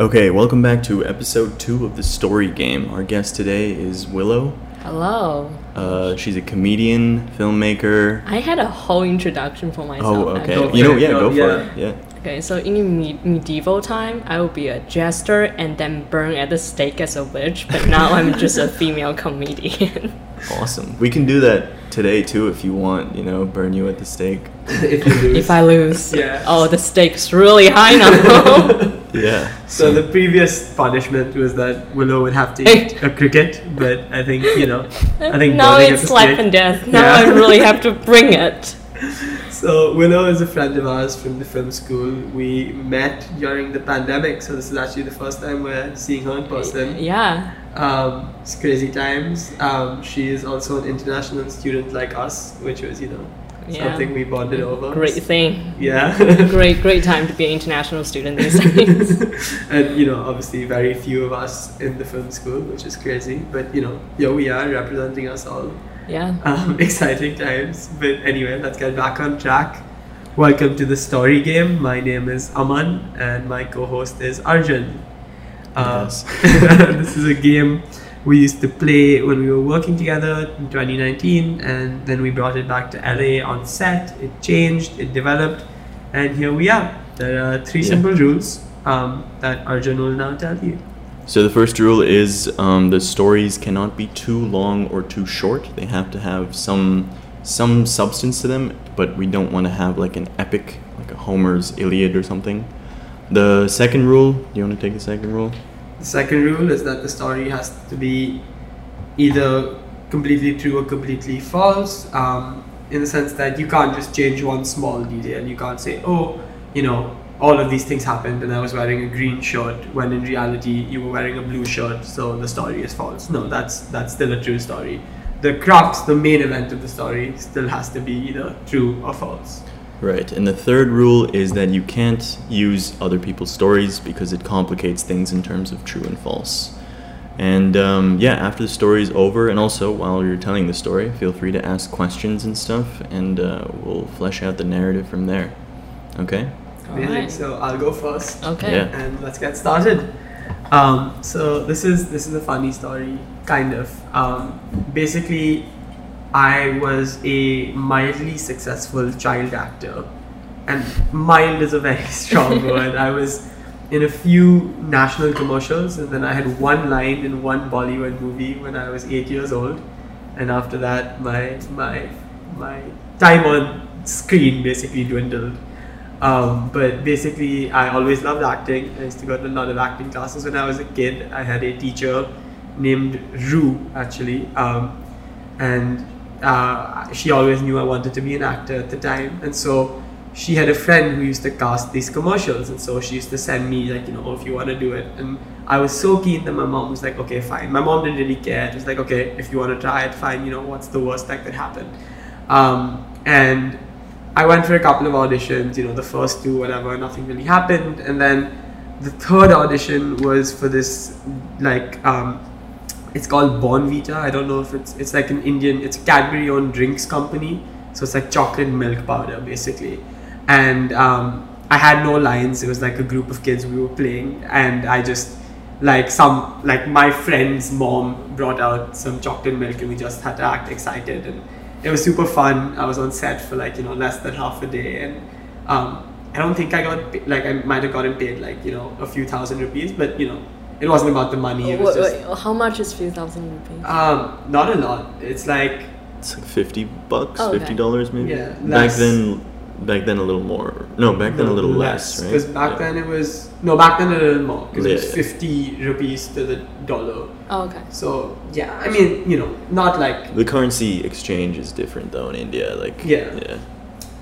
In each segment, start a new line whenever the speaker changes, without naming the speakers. Okay, welcome back to episode two of the Story Game. Our guest today is Willow.
Hello.
Uh, she's a comedian, filmmaker.
I had a whole introduction for myself.
Oh,
actually.
okay.
for
You know,
it,
yeah, go
go-
for
yeah.
it. Yeah.
Okay, so in me- medieval time, I would be a jester and then burn at the stake as a witch, but now I'm just a female comedian.
Awesome. We can do that today too if you want. You know, burn you at the stake.
if you lose.
if I lose,
Yeah.
oh, the stake's really high now.
Yeah.
so the previous punishment was that Willow would have to eat a cricket, but I think you know, I think
now
burning at the
it's life
stake-
and death. Now
Yeah.
I really have to bring it.
So Willow is a friend of ours from the film school. We met during the pandemic, so this is actually the first time we're seeing her in person.
Yeah.
Um, it's crazy times. Um, she is also an international student like us, which was you know
Yeah.
something we bonded over.
Great thing.
Yeah.
Great, great time to be an international student these days.
and you know, obviously, very few of us in the film school, which is crazy. But you know, here we are representing us all.
yeah.
Um, exciting times. But anyway, let's get back on track. Welcome to the story game. My name is Aman, and my co-host is Arjun. Uh,
Yes.
this is a game we used to play when we were working together in 2019, and then we brought it back to LA on set. It changed, it developed, and here we are. There are three
Yeah.
simple rules um, that Arjun will now tell you.
So the first rule is um, the stories cannot be too long or too short. They have to have some some substance to them, but we don't want to have like an epic, like a Homer's Iliad or something. The second rule. Do you want to take the second rule?
The second rule is that the story has to be either completely true or completely false, um, in the sense that you can't just change one small detail. You can't say, oh, you know, all of these things happened and I was wearing a green shirt when in reality you were wearing a blue shirt, so the story is false. No, that's that's still a true story. The crux, the main event of the story, still has to be either true or false.
Right. And the third rule is that you can't use other people's stories because it complicates things in terms of true and false. And um, yeah, after the story is over, and also while you're telling the story, feel free to ask questions and stuff, and uh, we'll flesh out the narrative from there. Okay?
Amazing.
Alright.
So I'll go first.
Okay.
Yeah.
and let's get started. Um, so this is this is a funny story, kind of. Um, basically, I was a mildly successful child actor, and mild is a very strong word. I was in a few national commercials, and then I had one line in one Bollywood movie when I was eight years old, and after that, my my my time on screen basically dwindled. Um, but basically, I always loved acting. I used to go to a lot of acting classes when I was a kid. I had a teacher named Rue, actually, um, and uh, she always knew I wanted to be an actor at the time. And so she had a friend who used to cast these commercials, and so she used to send me like, you know, oh, if you want to do it. And I was so keen that my mom was like, okay, fine. My mom didn't really care. It was like, okay, if you want to try it, fine. You know, what's the worst that could happen? Um, and I went for a couple of auditions, you know, the first two, whatever, nothing really happened. And then the third audition was for this, like, um, it's called Bon Vita. I don't know if it's, it's like an Indian, it's a Cadbury owned drinks company. So it's like chocolate milk powder, basically. And um, I had no lines. It was like a group of kids we were playing. And I just, like, some, like, my friend's mom brought out some chocolate milk and we just had to act excited. And it was super fun. I was on set for like you know less than half a day, and um, I don't think I got pa- like I might have gotten paid like you know a few thousand rupees, but you know it wasn't about the money. It was
Wait,
just
wait, how much is few thousand rupees?
um, not a lot. It's like
It's like 50 bucks,
Oh, okay.
$50 maybe?
Yeah,
Back
less.
then, back then a little more. No, back then a little less, right?
Because back
Yeah.
then it was no back then a little more because it
Yeah,
was
yeah.
fifty rupees to the dollar.
oh, okay.
So yeah, I mean you know not like
The currency exchange is different though in India. Like,
Yeah.
Yeah.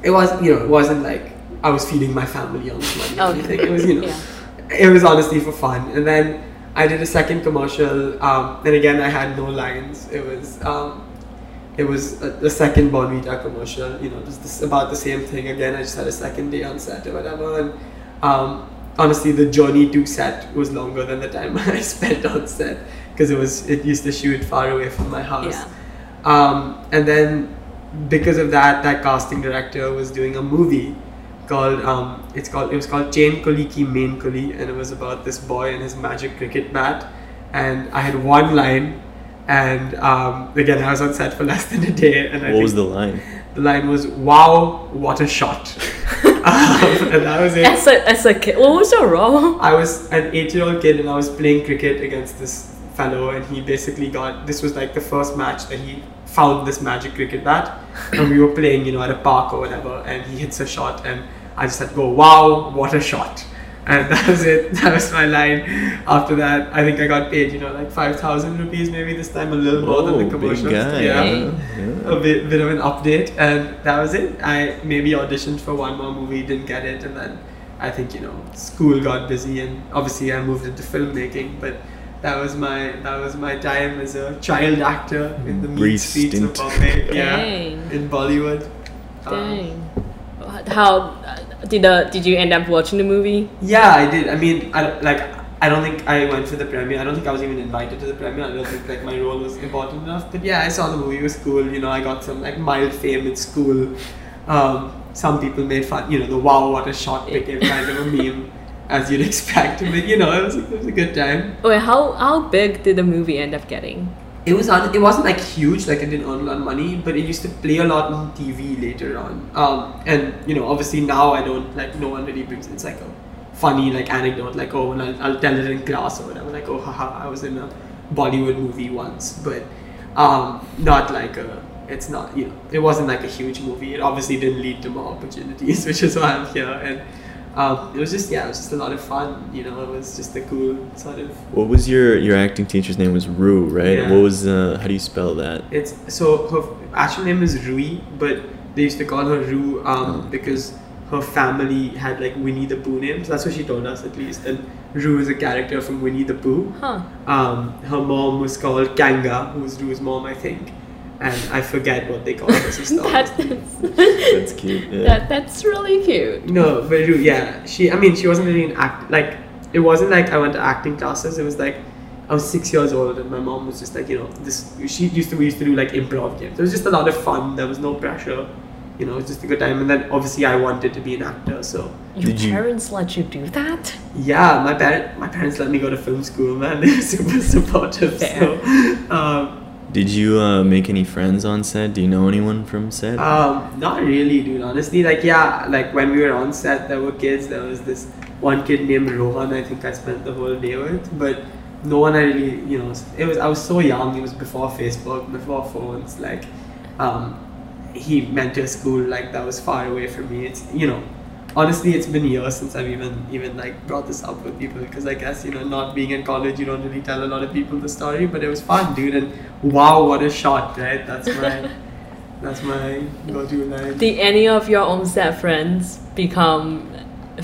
it was you know it wasn't like I was feeding my family on this money or
Okay.
anything. It was you know
Yeah.
it was honestly for fun. And then I did a second commercial. Um, and again, I had no lines. It was um, it was a, a second Bonvita commercial. You know, just this, about the same thing. Again, I just had a second day on set or whatever. And um, honestly, the journey to set was longer than the time I spent on set because it was it used to shoot far away from my house.
Yeah.
Um, and then because of that, that casting director was doing a movie called um, it's called it was called Chain Kuli Ki Main Kuli, and it was about this boy and his magic cricket bat. And I had one line, and um, again I was on set for less than a day. And I
What was
think
the line?
the line was "Wow, what a shot!" um, and that was it.
As a, as a kid, what was your role?
I was an eight-year-old kid, and I was playing cricket against this fellow, and he basically got this was like the first match that he found this magic cricket bat, and we were playing, you know, at a park or whatever, and he hits a shot, and I just had to go, "Wow, what a shot!" And that was it. That was my line. After that, I think I got paid, you know, like five thousand rupees, maybe this time a little more than the
Oh, big
commercials.
guy. yeah,
Yeah a
yeah.
bit, bit of an update, and that was it. I maybe auditioned for one more movie, didn't get it, and then I think you know school got busy, and obviously I moved into filmmaking. But that was my that was my time as a child actor in the mean
Brief
streets
stint.
of Bombay, yeah,
Dang,
in Bollywood. Um,
dang. How uh, did uh, did you end up watching the movie?
yeah, I did. I mean, I don't- like. I don't think I went for the premiere. I don't think I was even invited to the premiere. I don't think like my role was important enough. But yeah, I saw the movie. It was cool. You know, I got some like mild fame in school. Um, some people made fun. You know, the wow, what a shot became kind of a meme, as you'd expect. But you know, it was, it was a good time.
Wait, how how big did the movie end up getting?
It was on, it wasn't like huge. Like I didn't earn a lot of money, but it used to play a lot on TV later on. Um, and you know, obviously now I don't like no one really brings it's like a funny like anecdote like oh and I'll, I'll tell it in class or whatever like oh haha I was in a Bollywood movie once but um not like a it's not you know it wasn't like a huge movie it obviously didn't lead to more opportunities which is why I'm here and um, it was just yeah it was just a lot of fun you know it was just a cool sort of
What was your your acting teacher's name was Rue, right?
Yeah.
What was uh, how do you spell that?
It's so her actual name is Rui, but they used to call her Rue um, because her family had like Winnie the Pooh names. That's what she told us at least. And Rue is a character from Winnie the Pooh.
Huh?
Um, her mom was called Kanga, who was Rue's mom, I think. And I forget what they called her sister.
That
That's cute. Yeah.
that that's really cute.
No, but Rue, yeah. She, I mean, she wasn't really an act. Like, it wasn't like I went to acting classes. It was like I was six years old, and my mom was just like, you know, this. She used to we used to do like improv games. It was just a lot of fun. There was no pressure. You know, it was just a good time. And then obviously I wanted to be an actor, so
Your
Did you-
parents let you do that?
yeah, my parent, my parents let me go to film school, man. They were super supportive. So, um,
Did you uh, make any friends on set? Do you know anyone from set?
Um, not really, dude. Honestly, like yeah, like when we were on set, there were kids. There was this one kid named Rohan. I think I spent the whole day with, but no one I really, you know, it was I was so young. It was before Facebook, before phones. Like, um, he went to a school like that was far away from me. It's you know, honestly, it's been years since I've even even like brought this up with people because I guess you know, not being in college, you don't really tell a lot of people the story. But it was fun, dude, and wow, what a shot, right? That's my. That's my go-to line.
Did any of your own set friends become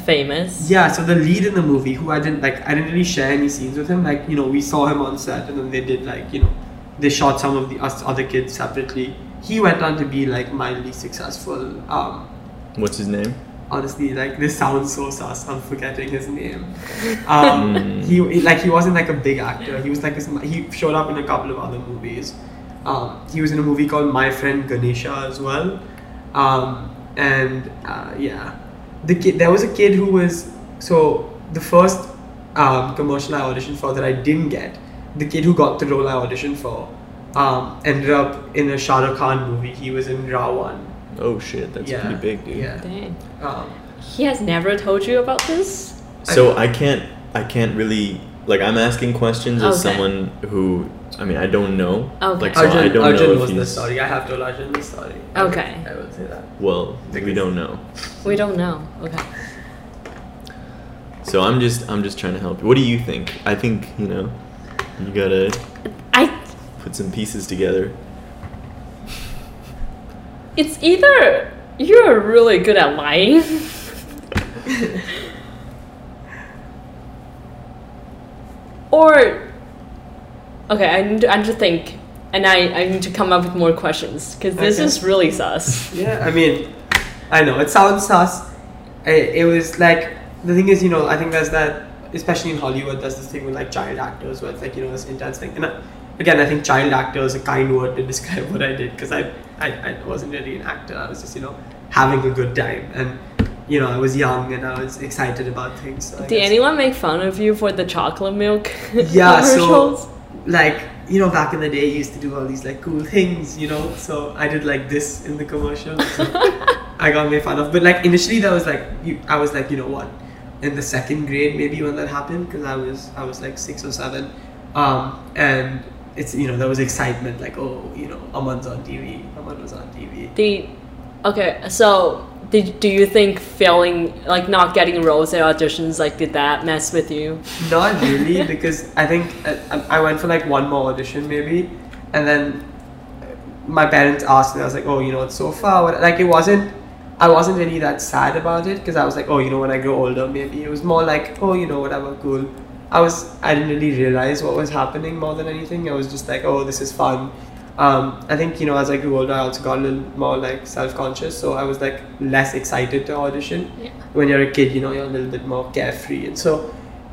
famous?
yeah, so the lead in the movie, who I didn't like, I didn't really share any scenes with him. Like, you know, we saw him on set, and then they did like, you know, they shot some of the us other kids separately. He went on to be like mildly successful. Um,
What's his name?
honestly, like this sounds so sus. I'm forgetting his name. Um, he he- like he wasn't like a big actor. He was like this, he showed up in a couple of other movies. Um, he was in a movie called My Friend Ganesha as well. Um, and uh, yeah, the kid there was a kid who was so the first um, commercial I auditioned for that I didn't get. The kid who got the role I auditioned for um, ended up in a Shah Rukh Khan movie. He was in Rawan.
Oh shit, that's
Yeah,
pretty big, dude.
Yeah.
Dang.
Um,
He has never told you about this?
So I can't I can't really like I'm asking questions as
Okay.
someone who I mean I don't know.
Okay.
Like so
Arjun,
I don't
Arjun
know if
was the
he's
story. I have told Arjun the story.
Okay.
I will say that.
well we
Because-
don't know.
We don't know. Okay.
So I'm just I'm just trying to help. What do you think? I think you know you gotta
I
put some pieces together.
it's either you're really good at lying or okay, I need to, I need to think and I, I need to come up with more questions because this
Okay.
is really sus.
Yeah, I mean, I know it sounds sus. It, it was like the thing is, you know, I think there's that, especially in Hollywood, there's this thing with like child actors where it's like you know this intense thing. And I, again, I think child actor is a kind word to describe what I did because I, I I wasn't really an actor. I was just you know having a good time and. you know I was young and I was excited about things. So I
Did
guess-
anyone make fun of you for the chocolate milk
Yeah,
commercials?
so like you know back in the day you used to do all these like cool things, you know. So I did like this in the commercial. So I got made fun of, but like initially that was like you, I was like you know what, in the second grade maybe when that happened because I was I was like six or seven, um, and it's you know there was excitement like oh you know Aman's on TV, Aman was on TV.
the okay, so did do you think failing like not getting roles at auditions like did that mess with you?
Not really, because I think uh, I I went for like one more audition maybe, and then my parents asked, and I was like, oh, you know, it's so far. What- Like it wasn't, I wasn't really that sad about it because I was like, oh, you know, when I grow older, maybe it was more like, oh, you know, whatever, cool. I was, I didn't really realize what was happening more than anything. I was just like, oh, this is fun. Um, I think you know, as I grew older, I also got a little more like self-conscious, so I was like less excited to audition
Yeah.
when you're a kid, you know, you're a little bit more carefree. And so,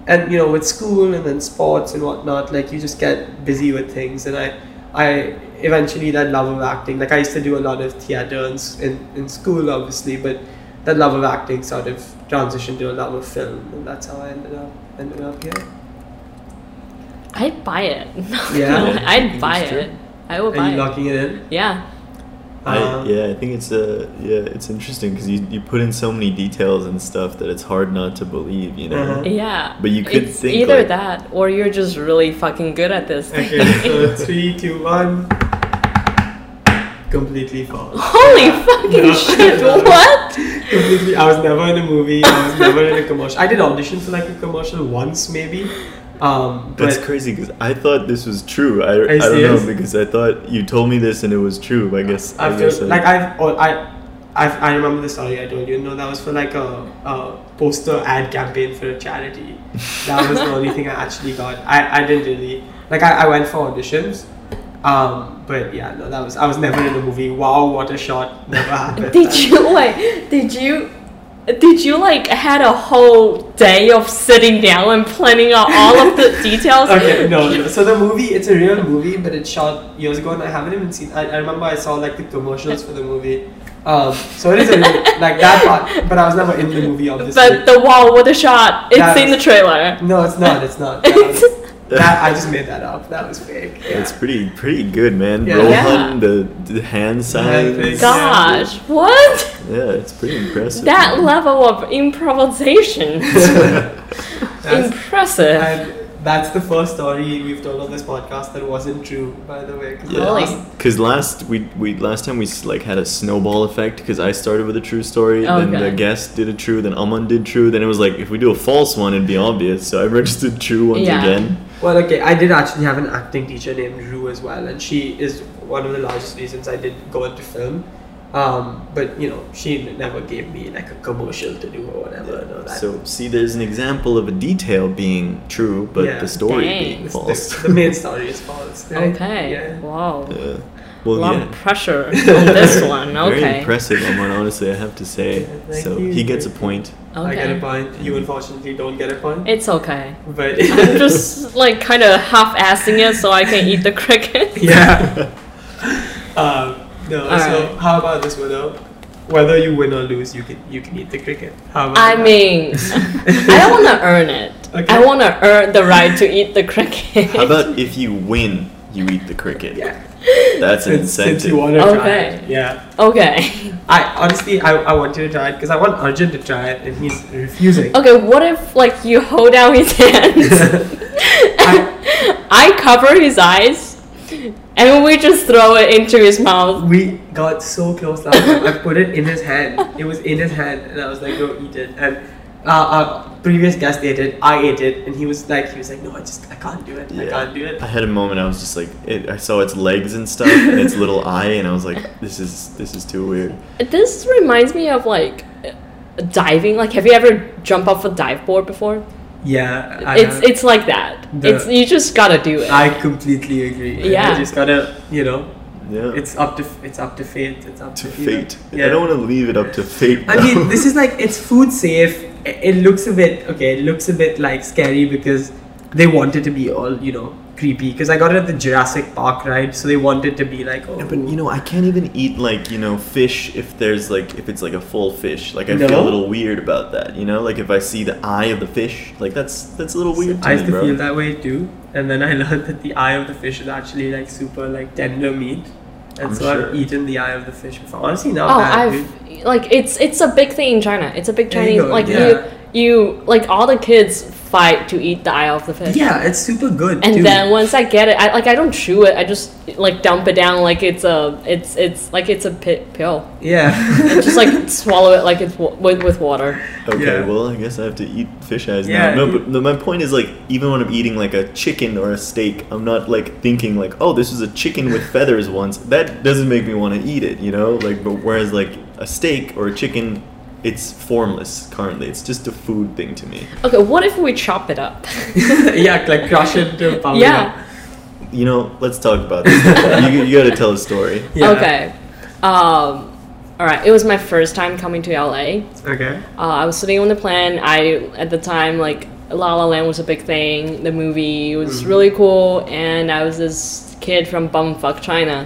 and you know, with school and then sports and whatnot, like you just get busy with things. And I, I eventually that love of acting, like I used to do a lot of theater in, s- in, in school, obviously, but that love of acting sort of transitioned to a love of film. And that's how I ended up, ended up here.
I'd buy it.
Yeah.
I'd buy
It's true.
it. I will
Are
buy
you
it.
locking it in?
Yeah.
I,
Um,
yeah, I think it's uh, yeah, it's interesting because you, you put in so many details and stuff that it's hard not to believe, you know.
Uh-huh.
Yeah.
But you could
it's
think,
either
like-
that or you're just really fucking good at this thing.
Okay, so three, two, one. Completely false.
Holy fucking
No.
shit, what?
completely. I was never in a movie. I was never in a commercial. I did audition for like a commercial once, maybe. Um, but
That's crazy because I thought this was true. I, I don't
serious?
know because I thought you told me this and it was true. I guess I
I've
guess uh, I,
like I've oh, I. I've, I remember the story I told you. No, that was for like a, a poster ad campaign for a charity. That was the only thing I actually got. I, I didn't really like. I, I went for auditions, um, but yeah, no, that was I was never in a movie. Wow, what a shot! Never happened.
Did you wait? Did you? Did you like had a whole day of sitting down and planning out all of the details?
okay, no, no. So the movie, it's a real movie, but it's shot years ago, and I haven't even seen. I, I remember I saw like the commercials for the movie. Um, so it is a real, like that part, but I was never in the movie, obviously.
But the wall with a shot. It's
That
in the
was-
trailer.
no, it's not. It's not. That, was-
It's-
that- I just made that up. That was fake. Yeah.
it's pretty pretty good, man.
Yeah.
Rohan,
Yeah.
the, the hand
thing.
signs.
God.
Gosh, what?
Yeah, it's pretty impressive.
That level of improvisation.
that's,
Impressive.
and that's the first story we've told on this podcast that wasn't true, by the way. 'cause the
Really?
last-
Cause last we we last time we s- like had a snowball effect because I started with a true story,
Oh,
then the
okay.
guest did a true, then Aman did true, then it was like if we do a false one, it'd be obvious. So I registered true once
Yeah.
again.
Well, okay, I did actually have an acting teacher named Rue as well, and she is one of the largest reasons I did go into film. Um, but you know, she never gave me like a commercial to do or whatever. and all uh, that.
So see, there's an example of a detail being true, but
Yeah.
the story
Dang.
being
This-
false.
The, the main story is false. Right?
Okay.
Yeah.
Wow.
Yeah.
a
Well,
lot
Oh, yeah.
of pressure on this one.
Very
Okay.
impressive, Aman. Honestly, I have to say.
Yeah, thank
so
you.
he gets a point.
okay.
I get a point. You unfortunately don't get a point.
It's okay.
But
I'm just like kind of half-assing it so I can eat the cricket.
yeah. um, no.
All
so
right.
how about this, Widow? Whether you win or lose, you can you can eat the cricket. How about
I
that?
mean, I don't want to earn it.
Okay.
I want to earn the right to eat the cricket.
How about if you win, you eat the cricket?
Yeah.
That's an
Since,
incentive.
since you want to
Okay.
try, it, yeah.
okay.
I honestly, I, I want you to try it because I want Arjun to try it and he's refusing.
Okay. What if like you hold out his hands, I cover his eyes, and we just throw it into his mouth?
we got so close last time. I put it in his hand. It was in his hand, and I was like, "No, eat it." And uh, our previous guest ate it. I ate it, and he was like, "He was like, no, I just I can't do it. I
Yeah.
can't do it."
I had a moment. I was just like, it, I saw its legs and stuff, and its little eye, and I was like, this is this is too weird.
This reminds me of like diving. Like, have you ever jumped off a dive board before?
Yeah, I
it's
know.
it's like that.
The-
it's you just gotta do it.
I completely agree. You
Yeah.
just gotta, you know,
Yeah,
it's up to it's up to fate. It's up
to
to, you know,
fate. I don't want to leave it up to fate.
I mean, this is like it's food safe. It it looks a bit okay. It looks a bit like scary because they want it to be all you know creepy because I got it at the Jurassic Park ride, so they wanted to be like, oh,
Yeah, but you know, I can't even eat like you know fish if there's like if it's like a full fish. Like I feel
No?
a little weird about that. You know, like if I see the eye of the fish, like that's that's a little weird. To
I
me,
used to
bro.
feel that way too, and then I learned that the eye of the fish is actually like super like tender meat, and
I'm
so
sure.
I've eaten the eye of the fish before. Honestly, now
oh,
that
I've like it's it's a big thing in China. It's a big
There you
Chinese
go,
like
yeah.
you you like all the kids fight to eat the eye of the fish.
yeah, it's super good.
And
too.
then once I get it, I like I don't chew it. I just like dump it down like it's a it's it's like it's a pit pill.
yeah,
Just like swallow it like it's wa- with with water.
Okay,
Yeah.
well, I guess I have to eat fish eyes
Yeah,
now. No,
you-
but no, my point is like even when I'm eating like a chicken or a steak, I'm not like thinking like, oh, this is a chicken with feathers once. That doesn't make me want to eat it, you know? Like, but whereas like a steak or a chicken, it's formless currently. It's just a food thing to me.
Okay, what if we chop it up?
yeah, like crush it to powder.
Yeah.
You know, let's talk about this. you, you got to tell a story.
Yeah.
Okay. Um, all right. It was my first time coming to LA.
Okay.
Uh, I was sitting on the plane. I at the time like La La Land was a big thing. The movie was really cool, and I was this kid from bumfuck China,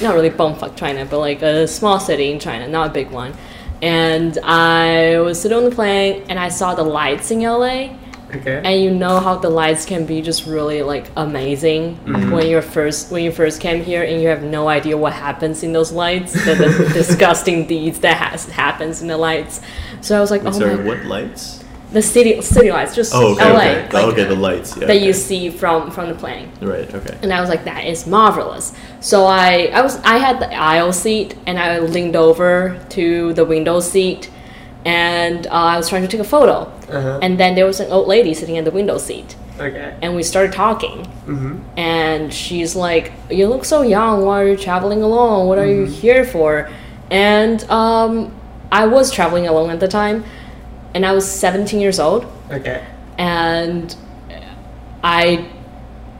not really bumfuck China, but like a small city in China, not a big one. And I was sitting on the plane, and I saw the lights in LA,
Okay.
and you know how the lights can be just really like amazing
Mm-hmm.
when you're first when you first came here and you have no idea what happens in those lights the, the disgusting deeds that has happens in the lights so i was like
Wait,
oh
sorry,
my
what lights?
the city city lights just
Oh, okay,
la
okay.
like,
okay, the lights. Yeah,
that
okay.
you see from from the plane
Right. Okay.
and I was like, that is marvelous. So I, I was, I had the aisle seat, and I leaned over to the window seat, and uh, I was trying to take a photo.
Uh-huh.
And then there was an old lady sitting at the window seat,
Okay.
and we started talking.
Mm-hmm.
And she's like, "You look so young. Why are you traveling alone? What are you here for?" And um, I was traveling alone at the time, and I was 17 years old
Okay.
and I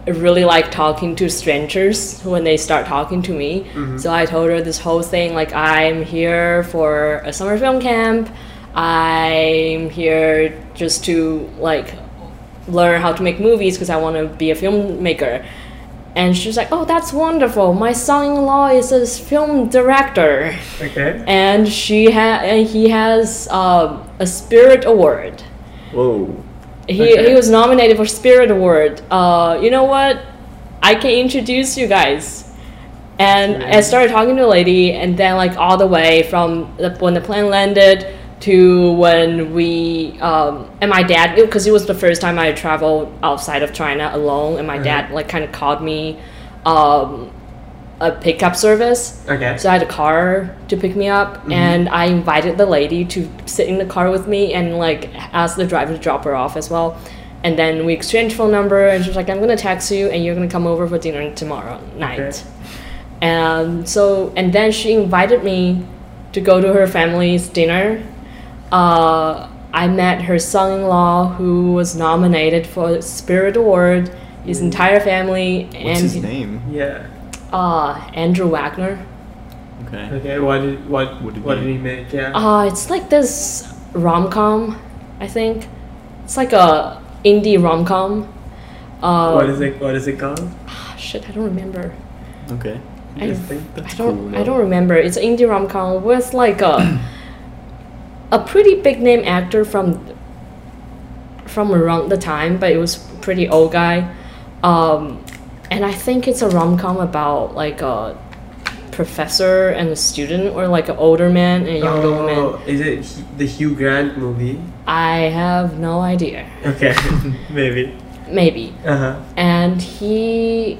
really like talking to strangers when they start talking to me. So I told her this whole thing like I'm here for a summer film camp. I'm here just to like learn how to make movies because I want to be a filmmaker. And she was like, "Oh, that's wonderful. My son-in-law is a film director."
Okay.
And she ha- and he has um a Spirit Award.
Whoa.
He,
Okay.
he was nominated for Spirit Award. Uh, you know what? I can introduce you guys. And I started talking to a lady, and then like all the way from the, when the plane landed to when we um, and my dad, because it was the first time I traveled outside of China alone, and my dad like kind of called me um, a pickup service.
Okay.
So I had a car to pick me up,
Mm-hmm.
and I invited the lady to sit in the car with me and like ask the driver to drop her off as well. And then we exchanged phone number, and she was like, "I'm gonna text you, and you're gonna come over for dinner tomorrow night."
Okay.
And so, and then she invited me to go to her family's dinner. Uh, I met her son-in-law, who was nominated for Spirit Award. His entire family
What's his
and
name?
yeah.
uh, Andrew Wagner.
Okay.
Okay. What did what
What did
what
he-
did he make? Yeah.
Uh, it's like this rom com, I think. It's like a indie rom com. Uh,
what is it? What is it called?
ah, shit, I don't remember.
Okay.
I,
Interesting.
I
That's
don't.
cool,
I
though.
don't remember. It's an indie rom com with like a a pretty big name actor from from around the time, but it was pretty old guy. Um, and I think it's a rom com about like a professor and a student, or like an older man and a younger woman.
Oh, is it Hu- the Hugh Grant movie?
I have no idea.
Okay, maybe.
Maybe.
Uh huh.
And he,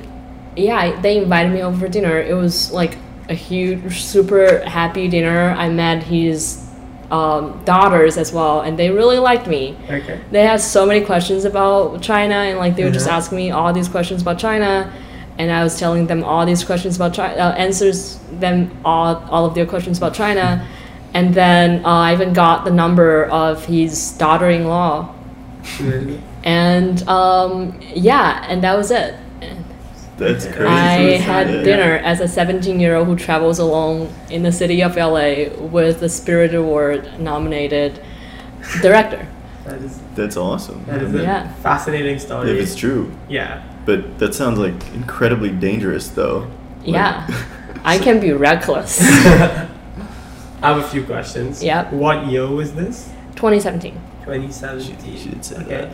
yeah, they invited me over for dinner. It was like a huge, super happy dinner. I met his um, daughters as well, and they really liked me.
Okay.
They had so many questions about China, and like they were just
Mhm.
asking me all these questions about China. And I was telling them all these questions about China, uh, answers them all, all of their questions about China. And then uh, I even got the number of his daughter in law
Really?
and um, yeah, and that was it.
That's crazy.
I
so
had
Yeah.
dinner as a 17 year old who travels along in the city of LA with the Spirit Award nominated director.
That is
That's awesome.
that is a
Yeah.
fascinating
If
story.
it's true.
Yeah.
But but that sounds like incredibly dangerous, though. Like-
Yeah. I can be reckless.
I have a few questions.
Yep.
What year was this?
2017.
2017.
She- she did say
okay.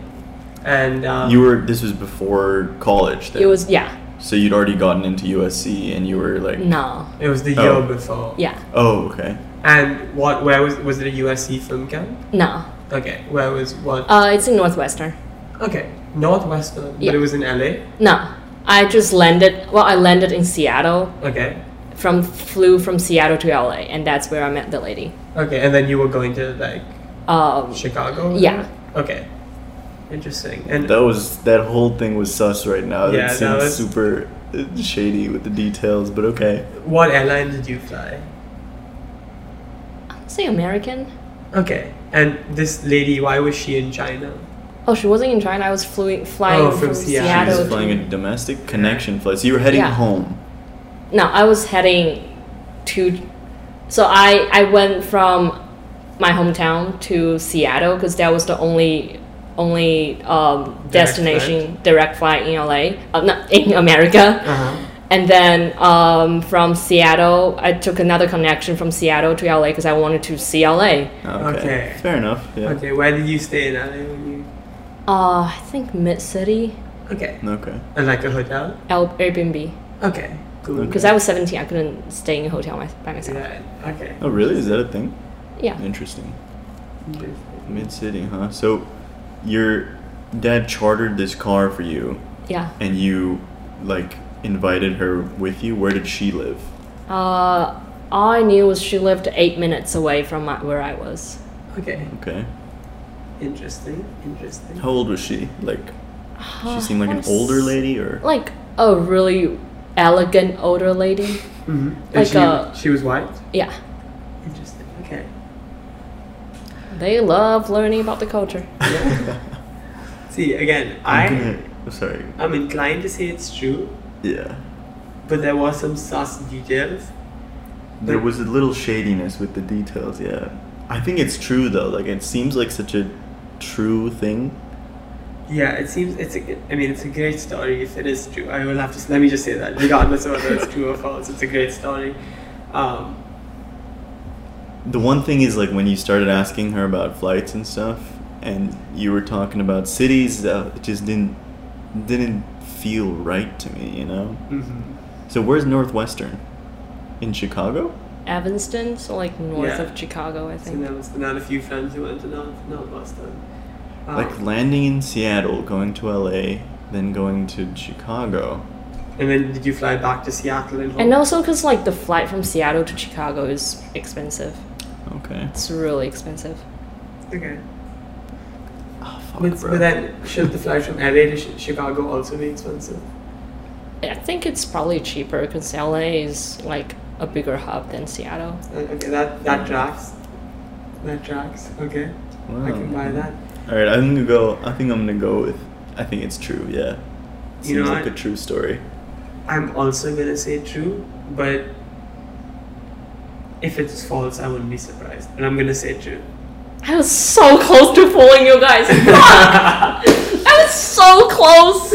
And um,
You were. This was before college. Then.
It was yeah.
So you'd already gotten into USC, and you were like.
No.
It was the year
Oh.
before.
Yeah.
Oh, okay.
And what? Where was? Was it a USC film camp?
No.
Okay. Where was what?
Uh, it's in Northwestern.
okay. Northwestern.
Uh, Yeah.
But it was in LA.
No. I just landed. Well, I landed in Seattle.
Okay.
From flew from Seattle to LA, and that's where I met the lady.
Okay. And then you were going to like
Um,
Chicago.
Yeah.
Okay. Interesting. And
That was that whole thing was sus right now. that
Yeah, that
seems
was-
super uh, shady with the details, but okay.
what airline did you fly?
I'll say American.
Okay. And this lady, why was she in China?
Oh, she wasn't in China. I was flew, flying
Oh,
from,
from Seattle.
She
Seattle.
was
to-
flying a domestic connection flight. So you were heading
Yeah.
home.
no, I was heading to. So I I went from my hometown to Seattle because that was the only only um, destination direct flight in LA, uh, not in America.
Uh-huh.
And then um, from Seattle, I took another connection from Seattle to LA because I wanted to see LA.
Okay.
Okay.
Fair enough. Yeah.
Okay. Where did you stay in LA? When you...
Uh, I think Mid City,
Okay.
Okay.
And like a hotel.
L- Airbnb.
Okay. Cool.
Because I was 17, I couldn't stay in a hotel my- by myself.
Yeah. Okay.
Oh, really? Is that a thing?
Yeah.
Interesting.
Interesting.
Mid city, huh? So, your dad chartered this car for you,
Yeah.
and you like invited her with you. Where did she live?
Uh, all I knew was she lived eight minutes away from my, where I was.
Okay.
Okay.
Interesting. Interesting.
How old was she? Like,
Uh,
she seemed like
I
an
wanna
older
s-
lady, or
Like a really elegant older lady.
Mm-hmm.
Like uh,
she,
a-
she was white.
Yeah.
Interesting. Okay.
They love learning about the culture.
See again,
I'm
I
gonna- I'm sorry.
I'm inclined to say it's true,
Yeah.
but there was some sus details.
There was a little shadiness with the details, yeah. I think it's true though. Like it seems like such a true thing.
Yeah, it seems it's a. g- I mean, it's a great story if it is true. I will have to s- let me just say that, regardless of whether it's true or false, it's a great story. Um,
The one thing is like when you started asking her about flights and stuff and you were talking about cities, uh, it just didn't didn't feel right to me, you know?
mhm.
So where's Northwestern? In Chicago?
Evanston, so like north
Yeah.
of Chicago, I
So
think.
there was another few friends who went to North Northwestern. Um,
Like landing in Seattle, going to LA, then going to Chicago.
and then did you fly back to Seattle and home?
And also because like the flight from Seattle to Chicago is expensive.
Okay.
It's really expensive.
Okay.
Oh, fuck,
But,
bro.
but then, should the flight from LA to Chi- Chicago also be expensive?
I think it's probably cheaper because LA is like a bigger hub than Seattle.
Uh, Okay, that
Mm.
that tracks. That tracks. Okay, I can
Wow.
buy that.
All right, I'm gonna go. I think I'm gonna go with. I think it's true. Yeah, seems
You know
like
what?
a true story.
I'm also gonna say true, but if it's false, I wouldn't be surprised. And I'm gonna say true.
I was so close to fooling you guys. Fuck! I was so close.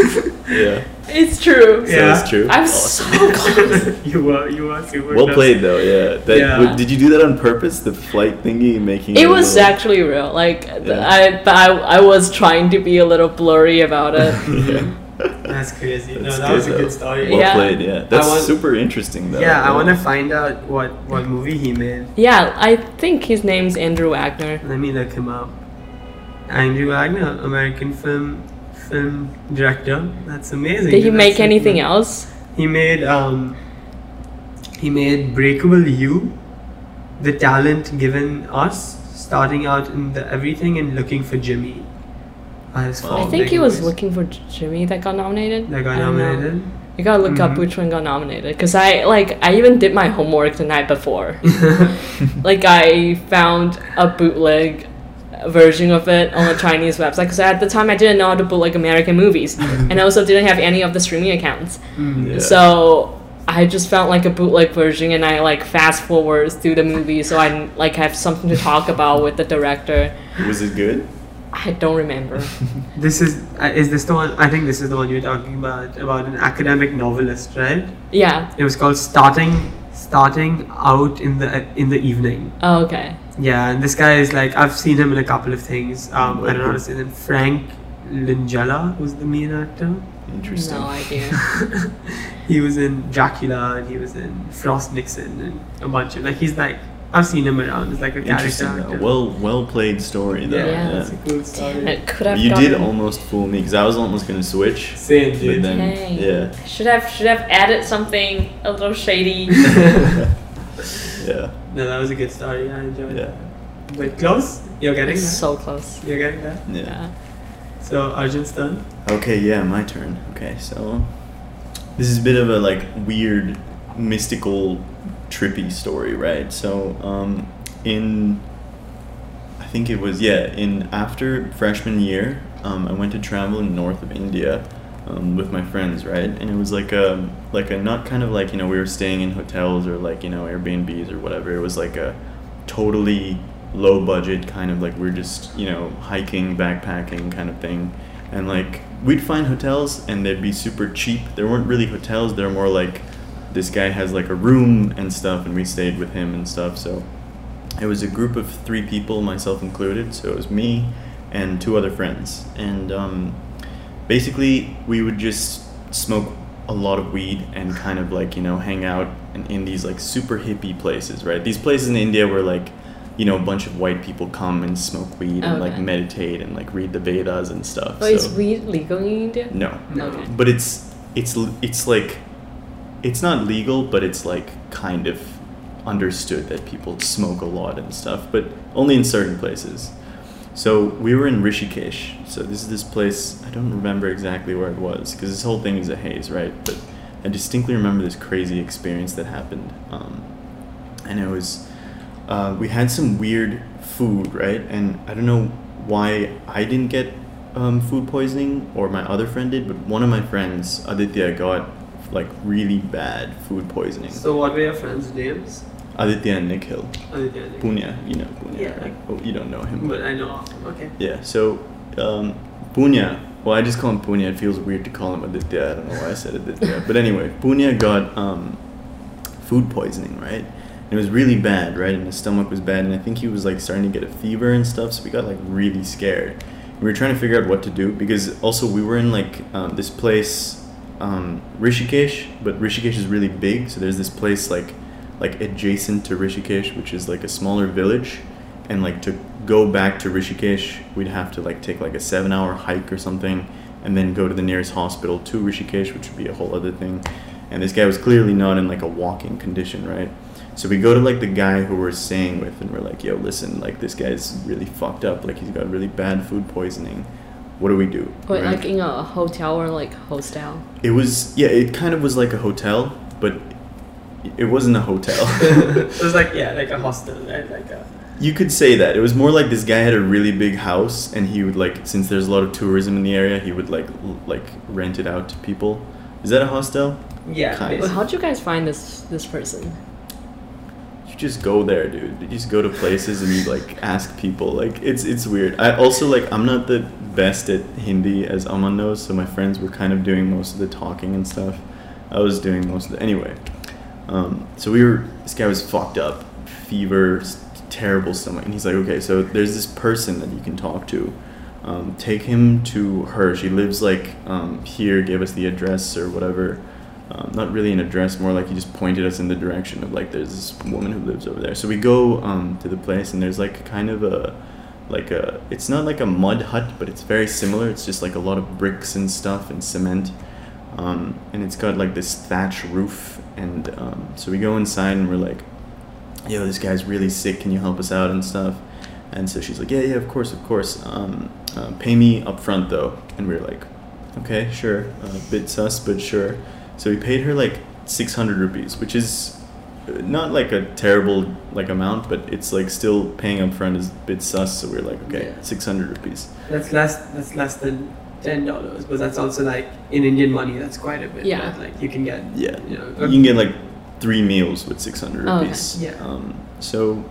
Yeah,
It's true.
so
Yeah.
it's true.
I'm
Awesome.
so close.
you were you were super.
Well
close.
played though. Yeah. That,
Yeah.
w- Did you do that on purpose? The flight thingy making.
It
a
was
little-
actually real. Like th-
Yeah.
I, but I, I was trying to be a little blurry about it.
yeah.
That's crazy. no,
That's
that was a
good, though.
good story.
Well
Yeah.
played. Yeah. That's
want-
super interesting though.
Yeah, I want to find out what what movie he made.
yeah, I think his name's Andrew Wagner.
Let me look him up. Andrew Wagner, American film film director. That's amazing.
Did he
That's
make
so
anything
cool.
else?
He made um he made Breakable You, The Talent Given Us, starting out in the everything and looking for Jimmy. Are his
Wow.
four
I think
Um, big
he was
movies
looking for J- Jimmy that got nominated.
That got
I don't know.
nominated.
You gotta look
Mhm.
up which one got nominated. Cause I like I even did my homework the night before. like I found a bootleg version of it on a Chinese website. Cause at the time I didn't know how to bootleg American movies, and I also didn't have any of the streaming accounts.
Mm-hmm.
Hmm.
Yeah.
So I just found like a bootleg version, and I like fast forwards through the movie, so I like have something to talk about with the director.
Was it good?
I don't remember.
This is uh, is this the one? I think this is the one you're talking about about an academic novelist, right?
yeah.
It was called starting starting out in the in the evening.
Oh, okay.
Yeah, and this guy is like I've seen him in a couple of things. Um, I don't know how to say him. Frank Langella was the main actor.
Interesting.
No idea.
he was in Dracula and he was in Frost Nixon and a bunch of like he's like I've seen him around. It's like a character.
Interesting.
actor.
Though. Well, well played story though.
yeah,
Yeah.
Yeah.
it's a cool story.
It could have
You did
gotten-
almost fool me because I was almost gonna switch,
Same
but
dude.
then
Dang.
yeah,
Should have should have added something a little shady.
yeah,
no, that was a good story. I enjoyed it.
yeah,
But close. You're getting
It's
that.
so close.
You're getting that.
yeah.
So Arjun's done.
Okay, yeah, my turn. Okay, so this is a bit of a like weird, mystical, trippy story, right? So, um, in I think it was yeah, in after freshman year, um, I went to travel in north of India, um, with my friends, right? And it was like a like a not kind of like you know we were staying in hotels or like you know Airbnbs or whatever. It was like a totally low budget kind of like we're just you know hiking backpacking kind of thing and like we'd find hotels and they'd be super cheap there weren't really hotels they're more like this guy has like a room and stuff and we stayed with him and stuff so it was a group of three people myself included so it was me and two other friends and um, basically we would just smoke a lot of weed and kind of like you know hang out in, in these like super hippie places right these places in india where like you know a bunch of white people come and smoke weed and like
Okay.
meditate and like read the vedas and stuff
Oh, is
so-
weed legal in India?
no
No.
Okay.
but it's it's l- it's like it's not legal but it's like kind of understood that people smoke a lot and stuff but only in certain places so we were in rishikesh so this is this place i don't remember exactly where it was because this whole thing is a haze right but i distinctly remember this crazy experience that happened um, and it was uh, we had some weird food right and i don't know why i didn't get um, food poisoning or my other friend did but one of my friends aditya got like really bad food poisoning
So what were your friends' names?
aditya and nikhil
Oh, yeah, like-
punya you know punya
Yeah.
right? oh, you don't know him
But I know. Okay.
yeah, so um, Punya, well, I just call him Punya. It feels weird to call him Aditya. I don't know why I said Aditya. but anyway, Punya got um, food poisoning, right? And it was really bad, right? And his stomach was bad. And I think he was like starting to get a fever and stuff. So we got like really scared. We were trying to figure out what to do because also we were in like um, this place, um, Rishikesh, but Rishikesh is really big. So there's this place like like adjacent to Rishikesh, which is like a smaller village, and like to go back to Rishikesh, we'd have to like take like a seven hour hike or something, and then go to the nearest hospital to Rishikesh, which would be a whole other thing. And this guy was clearly not in like a walking condition, right? So we go to like the guy who we're staying with, and we're like, "Yo, listen, like this guy's really fucked up. Like he's got really bad food poisoning. What do we do?"
Wait,
Right?
like in a hotel or like hostel?
It was yeah, it kind of was like a hotel, but it wasn't a hotel.
it was like yeah, like a hostel, right? Like a
You could say that. It was more like this guy had a really big house, and he would like since there's a lot of tourism in the area, he would like l- like rent it out to people. Is that a hostel?
yeah.
Kind.
Wait,
basically.
how'd you guys find this this person?
You just go there, dude. You just go to places and you like ask people. Like it's it's weird. I also like I'm not the best at Hindi as Aman knows, so my friends were kind of doing most of the talking and stuff. I was doing most of the anyway. Um, so we were. This guy was fucked up, fever, s- terrible stomach, and he's like, okay, so there's this person that you can talk to. Um, take him to her. She lives like um, here. Gave us the address or whatever. Um, not really an address, more like he just pointed us in the direction of like there's this woman who lives over there. So we go um, to the place, and there's like kind of a like a it's not like a mud hut, but it's very similar. It's just like a lot of bricks and stuff and cement um, and it's got like this thatch roof. And um, so we go inside and we're like, "Yo, this guy's really sick. Can you help us out and stuff?" And so she's like, "Yeah, yeah, of course, of course. Um, uh, pay me up front though." And we are like, "Okay, sure. Uh, bit sus, but sure." So we paid her like six hundred rupees, which is uh, not like a terrible like amount, but it's like still paying up front is a bit sus. So we are like, "Okay,
Yeah.
six hundred rupees."
That's less. That's less than ten dollars, but that's also like in Indian money, that's quite a bit.
Yeah.
right? Like you can get.
Yeah.
You know,
You can get like three meals with 600
Oh, okay.
rupees.
Yeah.
Um, so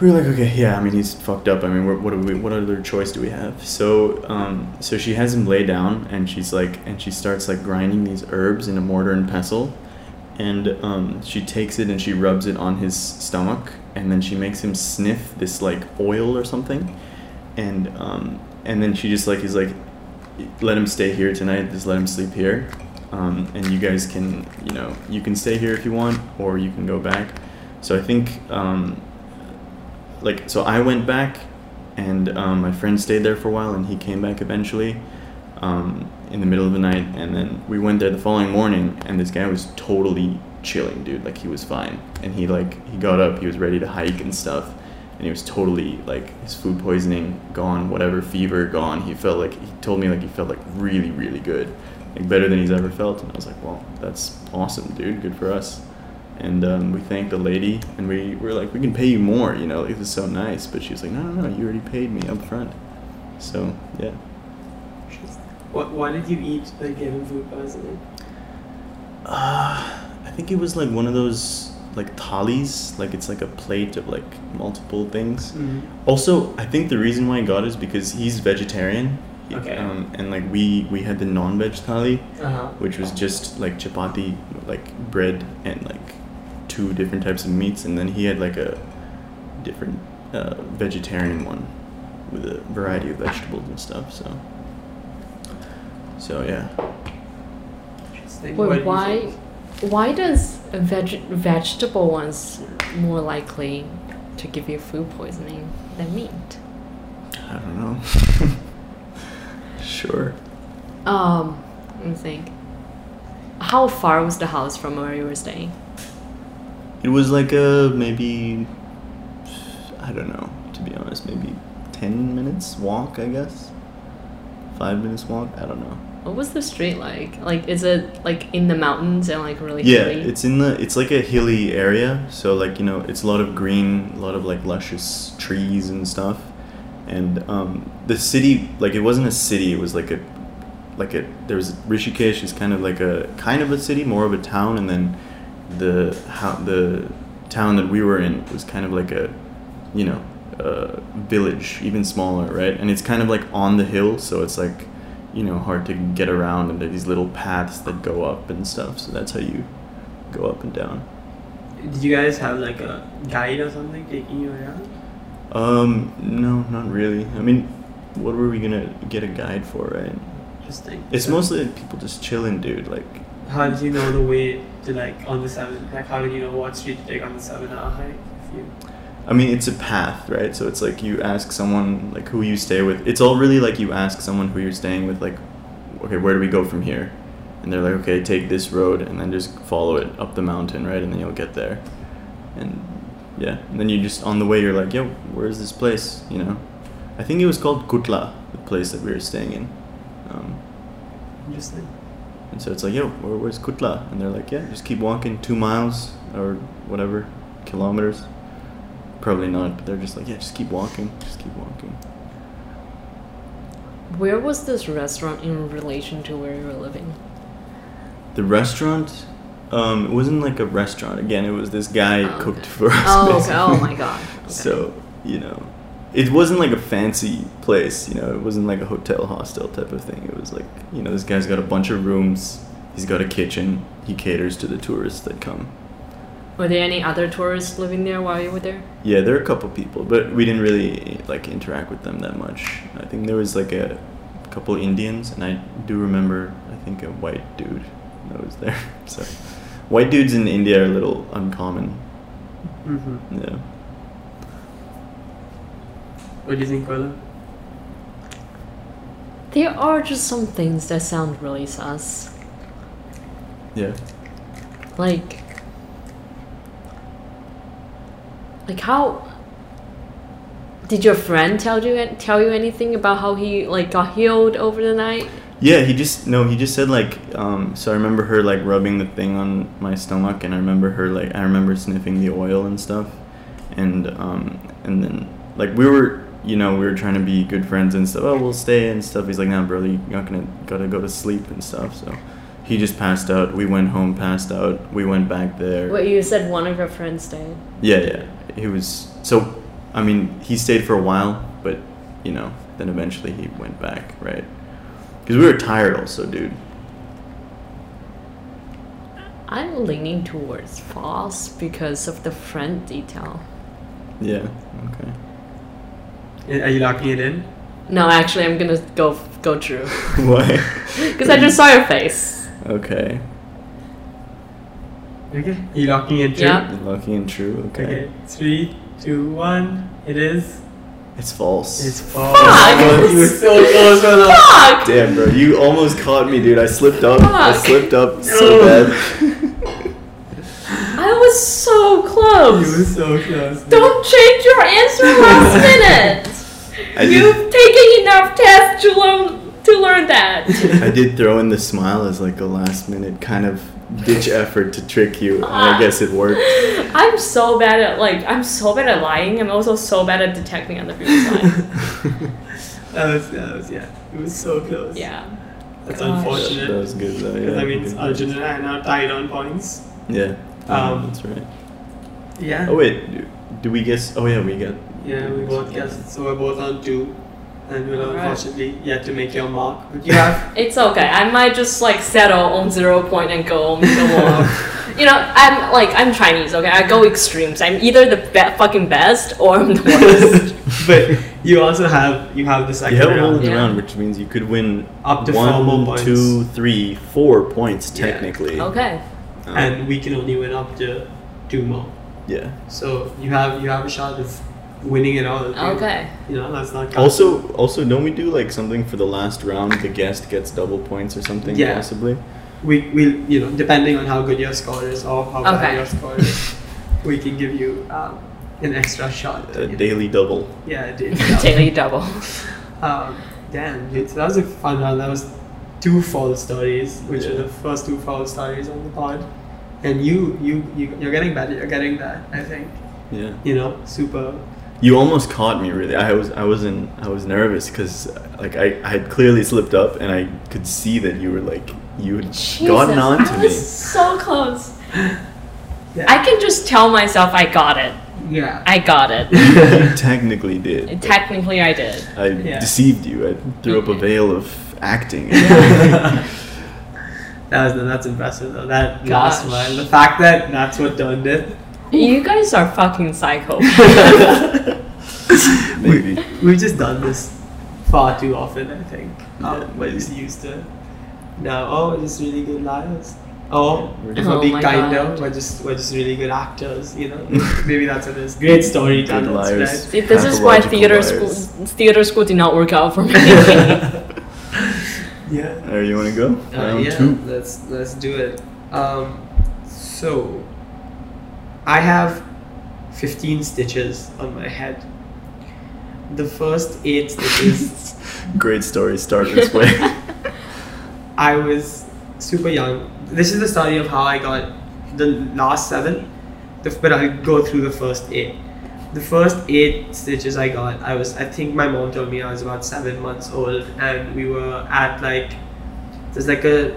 we were like, okay, yeah, I mean, he's fucked up. I mean, what, what do we, what other choice do we have? So, um, so she has him lay down, and she's like, and she starts like grinding these herbs in a mortar and pestle, and um, she takes it and she rubs it on his stomach, and then she makes him sniff this like oil or something, and um, and then she just like is like, let him stay here tonight. Just let him sleep here, um, and you guys can, you know, you can stay here if you want, or you can go back. So I think. Um, like so I went back and um, my friend stayed there for a while and he came back eventually um, in the middle of the night and then we went there the following morning and this guy was totally chilling dude like he was fine and he like he got up he was ready to hike and stuff and he was totally like his food poisoning gone whatever fever gone he felt like he told me like he felt like really really good like better than he's ever felt and I was like well that's awesome dude good for us and um, we thanked the lady and we were like we can pay you more you know like, this is so nice but she was like no no no you already paid me up front so yeah
What, why did you eat like given food poisoning?
uh, i think it was like one of those like thalis like it's like a plate of like multiple things also i think the reason why i got it is because he's vegetarian
Okay.
um, and like we we had the non-veg thali
Uh-huh.
which was just like chapati, like bread and like two different types of meats, and then he had like a different uh, vegetarian one with a variety of vegetables and stuff. So, so yeah,
Interesting. What do
Wait,
you
why,
think?
why does a veg- vegetable ones more likely to give you food poisoning than meat?
I don't know. sure.
Um, let me think. How far was the house from where you were staying?
It was like a maybe I don't know to be honest, maybe ten minutes walk, I guess. Five minutes walk. I don't know.
What was the street like? Like, is it like in the mountains and like really
yeah
hilly?
it's in the it's like a hilly area so like you know it's a lot of green a lot of like luscious trees and stuff and um the city like it wasn't a city it was like a like a there was rishikesh is kind of like a kind of a city more of a town and then the how the town that we were in was kind of like a you know a village even smaller right and it's kind of like on the hill so it's like you know hard to get around and there are these little paths that go up and stuff so that's how you go up and down
Did you guys have like a guide or something taking you around?
um no not really i mean what were we gonna get a guide for right
Interesting.
it's
So,
mostly people just chilling dude like
How did you know the way to like on the seven? Like how did you know what street to take on the seven hour hike? If you
I mean, it's a path, right? So it's like you ask someone like who you stay with. It's all really like you ask someone who you're staying with, like, okay, where do we go from here? And they're like, okay, take this road and then just follow it up the mountain, right? And then you'll get there. And yeah, and then you just on the way you're like, yo, where's this place? You know, I think it was called Kutla, the place that we were staying in. Um,
interesting.
and so it's like, yo, where, where's Kutla? And they're like, yeah, just keep walking two miles or whatever, kilometers. Probably not, but they're just like, yeah, just keep walking, just keep walking.
Where was this restaurant in relation to where you were living?
The restaurant, um, it wasn't like a restaurant. Again, it was this guy
Oh,
cooked
okay.
for us.
Oh, okay.
basically.
oh my god. Okay.
So, you know, it wasn't like a fancy place, you know, it wasn't like a hotel hostel type of thing. It was like, you know, this guy's got a bunch of rooms, he's got a kitchen, he caters to the tourists that come.
were there any other tourists living there while you were there?
Yeah, there are a couple people, but we didn't really like interact with them that much. I think there was like a couple Indians, and I do remember I think a white dude that was there. So, white dudes in India are a little uncommon.
Mm-hmm.
Yeah,
What do you think, Quella?
There are just some things that sound really sus.
yeah.
Like, like how did your friend tell you tell you anything about how he like got healed over the night?
Yeah, he just no, he just said like um so I remember her like rubbing the thing on my stomach and I remember her like I remember sniffing the oil and stuff and um and then like we were you know, we were trying to be good friends and stuff. Oh, we'll stay and stuff. He's like, "Nah, bro, you're not gonna gotta go to sleep and stuff." So, he just passed out. We went home, passed out. We went back there.
Wait, you said one of your friends did.
Yeah, yeah. He was so I mean, he stayed for a while, but you know, then eventually he went back, right? Because we were tired, also, dude.
I'm leaning towards false because of the front detail.
Yeah. Okay.
Are you locking it in?
No, actually, I'm gonna go go true
Why?
because I just saw your face.
Okay.
Okay. Are you locking it true?
Yeah.
Lucky and true. Okay.
Okay. Three, two, one. It is.
It's false.
It's false. You were so close, brother.
Fuck!
Damn, bro, you almost caught me, dude. I slipped up. I
Fuck.
slipped up so
No.
bad.
I was so
You were
close.
so close.
Don't change your answer last minute.
I
You've taken enough tests to learn to learn that.
I did throw in the smile as like a last minute kind of ditch effort to trick you, and I guess it worked.
I'm so bad at like I'm so bad at lying. I'm also so bad at detecting other people's lying.
That was, that was, yeah. It was so close.
Yeah.
That's
Gosh.
unfortunate.
That was good though.
Because
Yeah.
I mean,
Good.
Arjun and I are now tied on points.
Yeah.
Um,
that's right.
Yeah.
Oh wait, do- do we guess? Oh yeah, we got.
Yeah, we both guessed. So we're both on two. And we're
Alright.
unfortunately yet to make your mark. But you have.
It's okay. I might just like settle on zero point and go on the wall. you know, I'm like I'm Chinese. Okay, I go extremes. I'm either the be- fucking best or I'm the worst.
but you also have you have the second
You have
round.
rolled
Yeah.
around, which means you could win
uh, Up to four more
one,
points.
two, three, four points
Yeah.
technically.
okay.
Um,
and we can only win up to two more.
yeah.
So you have you have a shot of winning it all.
Okay.
You know that's not
Also, also, don't we do like something for the last round? The guest gets double points or something,
Yeah.
possibly.
we will you know depending on how good your score is or how bad
Okay.
your score is, we can give you um, an extra shot.
A
you know.
daily double.
Yeah, a daily. shot.
Daily double.
Um, damn, dude, so that was a fun round. That was two false stories, which
Yeah.
are the first two false stories on the pod. And you, you, you, you're getting better. You're getting that. I think.
Yeah.
You know, super.
You almost caught me, really. I was, I was in, I was nervous because, like, I, I had clearly slipped up, and I could see that you were like, you had gotten
Jesus,
on to
I
me.
was so close.
Yeah.
I can just tell myself I got it.
yeah.
I got it.
you technically did.
And Technically, I did.
I
Yeah.
deceived you. I threw up a veil of acting.
That was that's impressive though. That last
Gosh.
one, the fact that that's what done it.
You guys are fucking psycho.
Maybe.
We've just done this far too often, I think.
Oh.
Yeah,
Um, we're
maybe.
just used to. Now, oh, we're just really good liars. Oh,
Yeah, we're
if
just-
we're being
Oh my
kinder,
God.
we're just we're just really good actors. You know, maybe that's what it is. Great storytellers,
Good liars.
right?
See, this is why
Pathological
theater
liars.
school theater school did not work out for me.
Yeah.
There, you want to go?
Uh,
Round
yeah,
two.
let's let's do it. Um, so I have fifteen stitches on my head. The first eight stitches,
Great story. Start this way.
I was super young. This is the story of how I got the last seven, the, but I'll go through the first eight. The first eight stitches I got, I was I think my mom told me I was about seven months old, and we were at like there's like a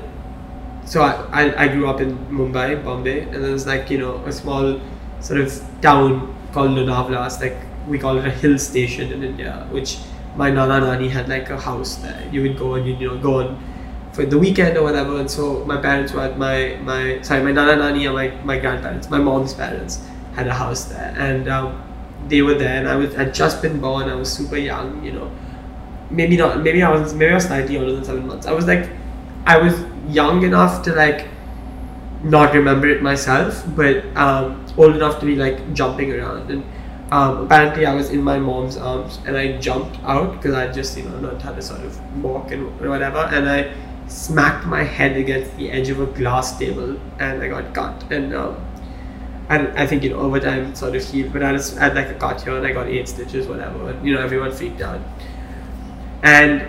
so I, I, I grew up in Mumbai, Bombay, and there's like, you know, a small sort of town called Lonavla. It's like, we call it a hill station in India, which my Nana Nani had like a house there. You would go and you'd, you know, go on for the weekend or whatever. And so my parents were at my, my sorry, my Nana Nani and my, my grandparents, my mom's parents had a house there. And um, they were there, and I was, I'd just been born, I was super young, you know maybe not maybe I was maybe I was slightly older than seven months. I was like I was young enough to like not remember it myself, but um, old enough to be like jumping around and um, apparently I was in my mom's arms and I jumped out because I just you know learned how to sort of walk and whatever and I smacked my head against the edge of a glass table and I got cut and um, and I think you know over time it sort of healed but I just I had like a cut here and I got eight stitches whatever and you know everyone freaked out and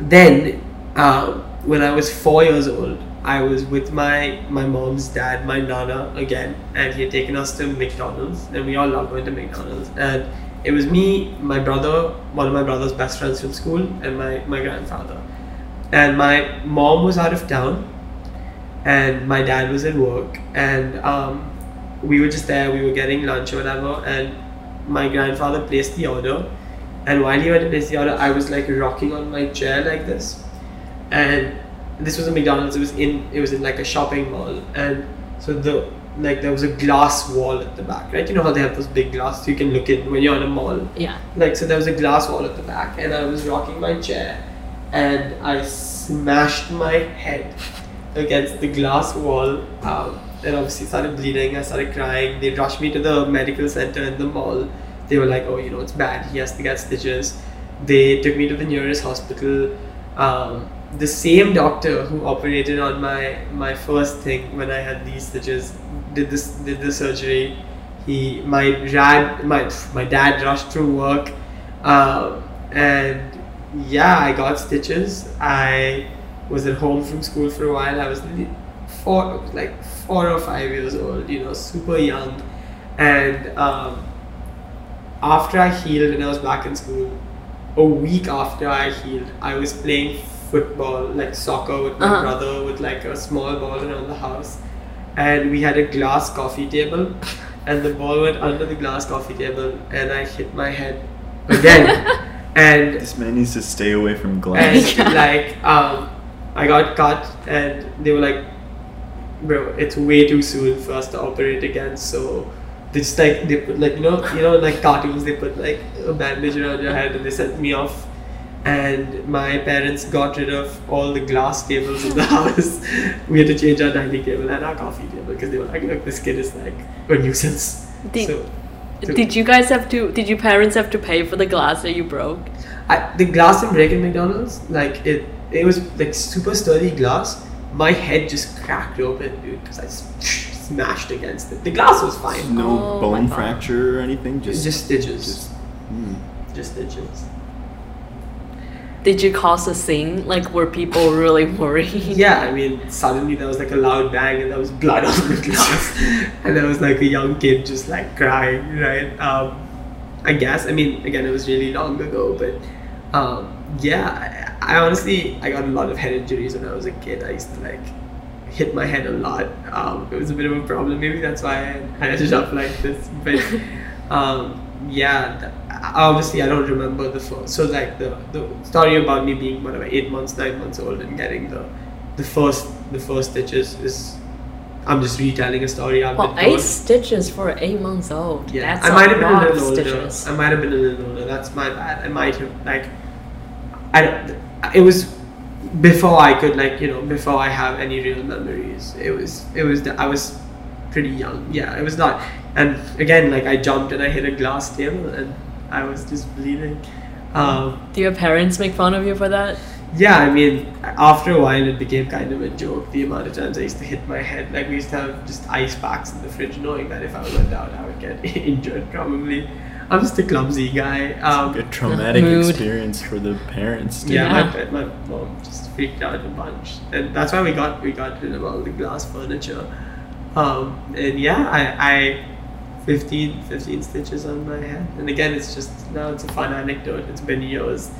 then um, when I was four years old, I was with my my mom's dad, my nana again, and he had taken us to McDonald's, and we all loved going to McDonald's. And it was me, my brother, one of my brother's best friends from school, and my my grandfather. And my mom was out of town, and my dad was at work, and um, we were just there. We were getting lunch or whatever, and my grandfather placed the order, and while he had to place the order, I was like rocking on my chair like this, and this was a McDonald's. It was in it was in like a shopping mall, and so the like there was a glass wall at the back, right? You know how they have those big glass you can look in when you're in a mall.
Yeah.
Like so, there was a glass wall at the back, and I was rocking my chair, and I smashed my head against the glass wall, um, and obviously started bleeding. I started crying. They rushed me to the medical center in the mall. They were like, "Oh, you know, it's bad. He has to get stitches." They took me to the nearest hospital. Um, the same doctor who operated on my my first thing when I had these stitches did this did the surgery. He my dad my my dad rushed through work, um, and yeah, I got stitches. I was at home from school for a while. I was li- four like four or five years old, you know, super young, and um, after I healed and I was back in school, a week after I healed, I was playing football, like soccer with my
Uh-huh.
brother with like a small ball around the house. And we had a glass coffee table and the ball went under the glass coffee table and I hit my head again. and
This man needs to stay away from glass.
and
Yeah.
like um, I got cut and they were like, bro, it's way too soon for us to operate again. So they just like they put like you know you know like cartoons they put like a bandage around your head and they sent me off. And my parents got rid of all the glass tables in the house. we had to change our dining table and our coffee table because they were like, look, this kid is like a nuisance.
Did-
so to-
Did you guys have to? Did your parents have to pay for the glass that you broke?
I, the glass and break in McDonald's, like it, it was like super sturdy glass. My head just cracked open, dude, because I s- smashed against it. The glass was fine.
no
Oh,
bone
my God.
fracture or anything. Just,
Just, just stitches.
just
Just,
hmm.
stitches.
Did you cause a scene? Like, were people really worried?
Yeah, I mean, suddenly there was like a loud bang and there was blood on the glass. and there was like a young kid just like crying, right? Um, I guess, I mean, again, it was really long ago, but um, yeah, I, I honestly, I got a lot of head injuries when I was a kid. I used to like hit my head a lot. Um, it was a bit of a problem. Maybe that's why I ended up like this. But um, yeah, th- obviously I don't remember the first. So like the, the story about me being whatever eight months, nine months old and getting the the first the first stitches is I'm just retelling a story I've
Well,
been
eight
told.
stitches for eight months old.
Yeah,
That's
I might have been
lot
a
of
little older.
stitches.
I might have been a little older. That's my bad. I might have like, I don't. It was before I could like you know before I have any real memories. It was it was the, I was pretty young. Yeah, it was not. And again, like I jumped and I hit a glass table and I was just bleeding. Um,
Do your parents make fun of you for that?
yeah, I mean, after a while, it became kind of a joke. The amount of times I used to hit my head, like we used to have just ice packs in the fridge, knowing that if I went out, I would get injured probably. I'm just a clumsy guy. Um,
a traumatic
Mood.
experience for the parents. Dude.
yeah,
Yeah.
My, pa- my mom just freaked out a bunch, and that's why we got we got rid of all the glass furniture. Um, and yeah, I, I 15, 15 stitches on my head, and again, it's just now it's a fun anecdote. It's been years.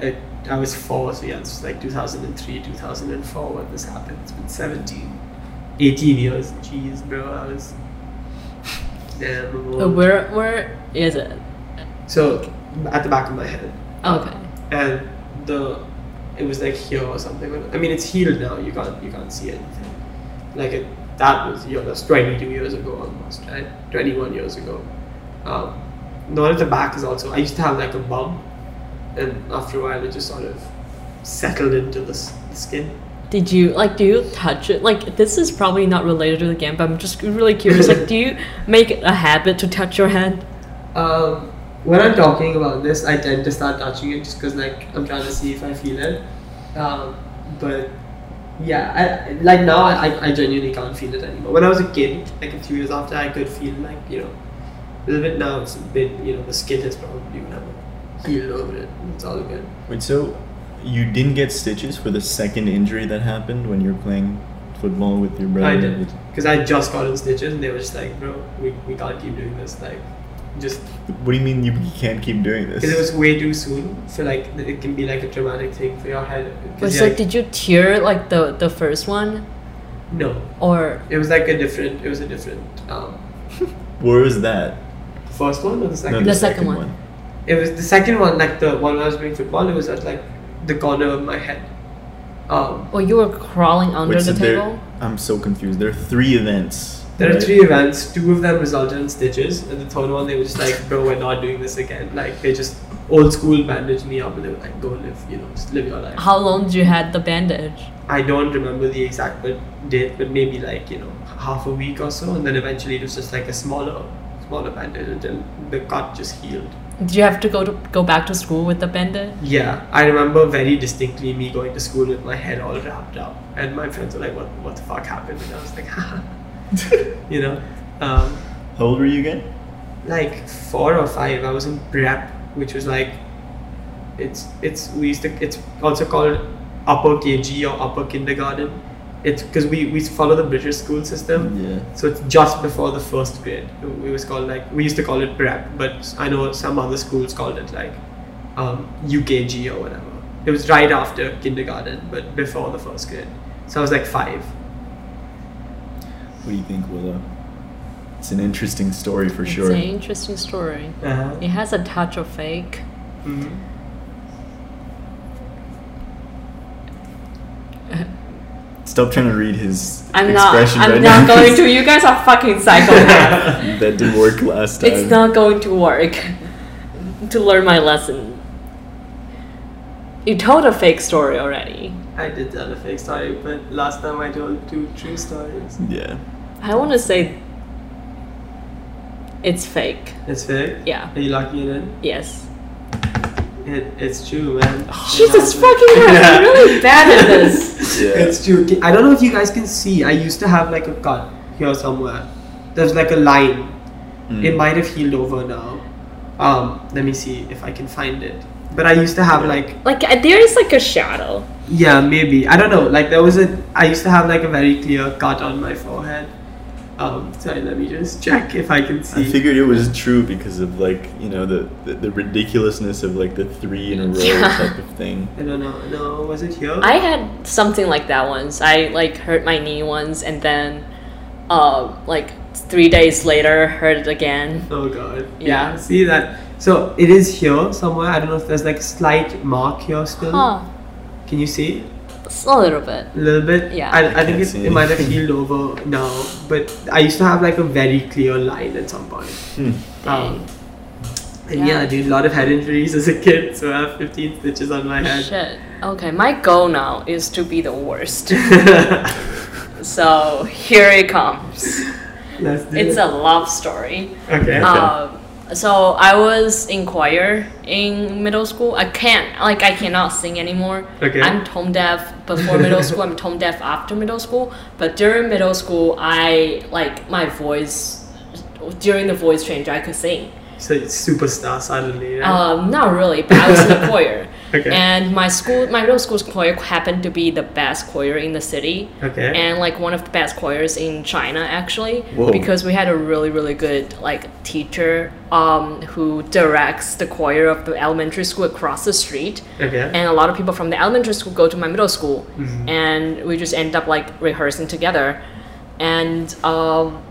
It, I was four, so yeah, it's like 2003, 2004 when this happened. It's been 17, 18 years. Jeez, bro, I was damn
Uh,
old.
Where where is it?
So at the back of my head
Oh.
Okay.
and the it was like here or something. I mean, it's healed now. You can't you can't see anything. Like it, that was you know, that's 22 years ago almost, right? 21 years ago. Um, the one at the back is also. I used to have like a bump, and after a while, it just sort of settled into the, s- the skin.
Did you like? Do you touch it? Like this is probably not related to the game, but I'm just really curious. like, do you make it a habit to touch your head?
Um, when I'm talking about this, I tend to start touching it just because like I'm trying to see if I feel it. Um, but yeah, I, like now I, I- I genuinely can't feel it anymore. When I was a kid, like a few years after, I could feel like you know a little bit. Now it's a bit you know the skin has probably whatever healed over it. It's all good.
Wait, so you didn't get stitches for the second injury that happened when you were playing football with your brother?
I did because I just got in stitches and they were just like, bro, we, we can't keep doing this. Like, just
What do you mean you can't keep doing this?
because it was way too soon. So like it can be like a traumatic thing for your head. 'Cause
But
you're
so
like,
did you tear like the the first one
no,
or
It was like a different. It was a different. Um,
Where was that?
first one or the second?
the second one.
It was the second one, like the one where I was playing football. It was at like the corner of my head. Um,
Oh, you were crawling under
Wait, so
the
there-
table?
I'm so confused. There are three events.
there are
right?
three events. Two of them resulted in stitches, and the third one they were just like, "Bro, we're not doing this again." Like they just old school bandaged me up, and they were like, "Go live, you know, just live your life."
How long did you had the bandage?
I don't remember the exact but date, but maybe like you know half a week or so, and then eventually it was just like a smaller, smaller bandage until the cut just healed.
Did you have to go to go back to school with the bandage?
Yeah, I remember very distinctly me going to school with my head all wrapped up, and my friends were like, "What, what the fuck happened?" And I was like, "Haha," you know, um,
How old were you again?
like four or five. I was in prep, which was like, it's it's we used to it's also called upper KG or upper kindergarten. It's because we we follow the British school system.
Yeah.
So it's just before the first grade. It was called like we used to call it prep, but I know some other schools called it like um, UKG or whatever. It was right after kindergarten, but before the first grade. So I was like five.
What do you think, Willow? It's an interesting story for sure.
It's an interesting story.
Uh-huh.
It has a touch of fake.
hmm
Stop trying to read his
I'm not.
expression
I'm
right
not
now.
going to. You guys are fucking psychopaths.
that didn't work last time.
it's not going to work to learn my lesson. You told a fake story already.
I did tell a fake story, but last time I told two true stories.
Yeah.
I want to say it's fake.
It's fake.
Yeah.
Are you lucky it in?
Yes.
It, it's true, man.
Jesus
Oh, Yeah.
fucking Christ! I'm really bad at this.
Yeah.
It's true. Ki- I don't know if you guys can see. I used to have like a cut here somewhere. There's like a line.
Mm.
Hmm.
It might have healed over now. Um, let me see if I can find it. But I used to have like
Like uh, there is like a shadow.
yeah maybe I don't know like there was a I used to have like a very clear cut on my forehead. Um, sorry, let me just check if I can see.
I figured it was true because of like you know the the, the ridiculousness of like the three in a row
Yeah.
type of thing.
I don't know. No, was it here?
I had something like that once. I like hurt my knee once, and then, uh, like three days later, hurt it again.
Oh god.
Yeah.
Yeah. See that? So it is here somewhere. I don't know if there's like a slight mark here still.
Huh?
Can you see?
It's a little bit.
A little bit.
Yeah.
I,
I
I, think
can't
it,
see
it might have
anything.
healed over now, but I used to have like a very clear line at some point.
Hmm.
Um, and
Yeah.
yeah. I did a lot of head injuries as a kid, so I have 15 stitches on my head.
Shit. Okay, my goal now is to be the worst. so here it comes.
Let's do
It's
it.
a love story.
okay.
Um, so I was in choir in middle school. I can't, like, I cannot sing anymore.
Okay.
I'm tone deaf before middle school. I'm tone deaf after middle school. But during middle school, I like my voice. During the voice change, I could sing.
so it's superstar suddenly. Right?
Um, not really, but I was in the choir.
Okay.
And my school, my middle school's choir happened to be the best choir in the city,
okay.
and like one of the best choirs in China actually,
Whoa.
because we had a really really good like teacher um, who directs the choir of the elementary school across the street,
okay.
and a lot of people from the elementary school go to my middle school, and we just end up like rehearsing together, and um,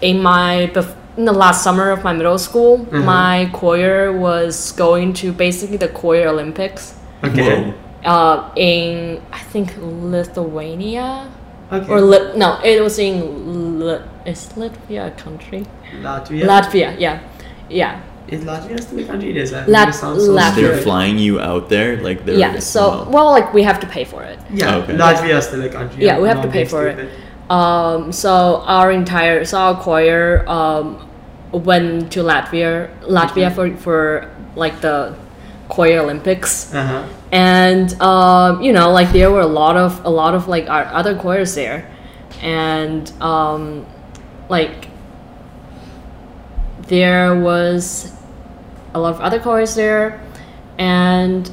in my bef- in the last summer of my middle school, my choir was going to basically the choir Olympics
okay.
Whoa.
uh, in I think Lithuania
Okay.
or Lit no, it was in Li- is Latvia a country?
Latvia.
Latvia, yeah, yeah,
is Latvia still a country? It is. Latvia.
Lat-
It sounds so
Latvia.
So they're
stupid.
flying you out there, like they're
yeah. So
wow.
well, like we have to pay for it.
Yeah,
Okay.
Latvia is still a country.
Yeah, we
I'm
have to
not
pay
being
for it.
stupid.
Um, so our entire so our choir um, went to Latvia, Latvia for for like the choir Olympics.
Uh-huh.
and um, you know like there were a lot of a lot of like our other choirs there and um, like there was a lot of other choirs there and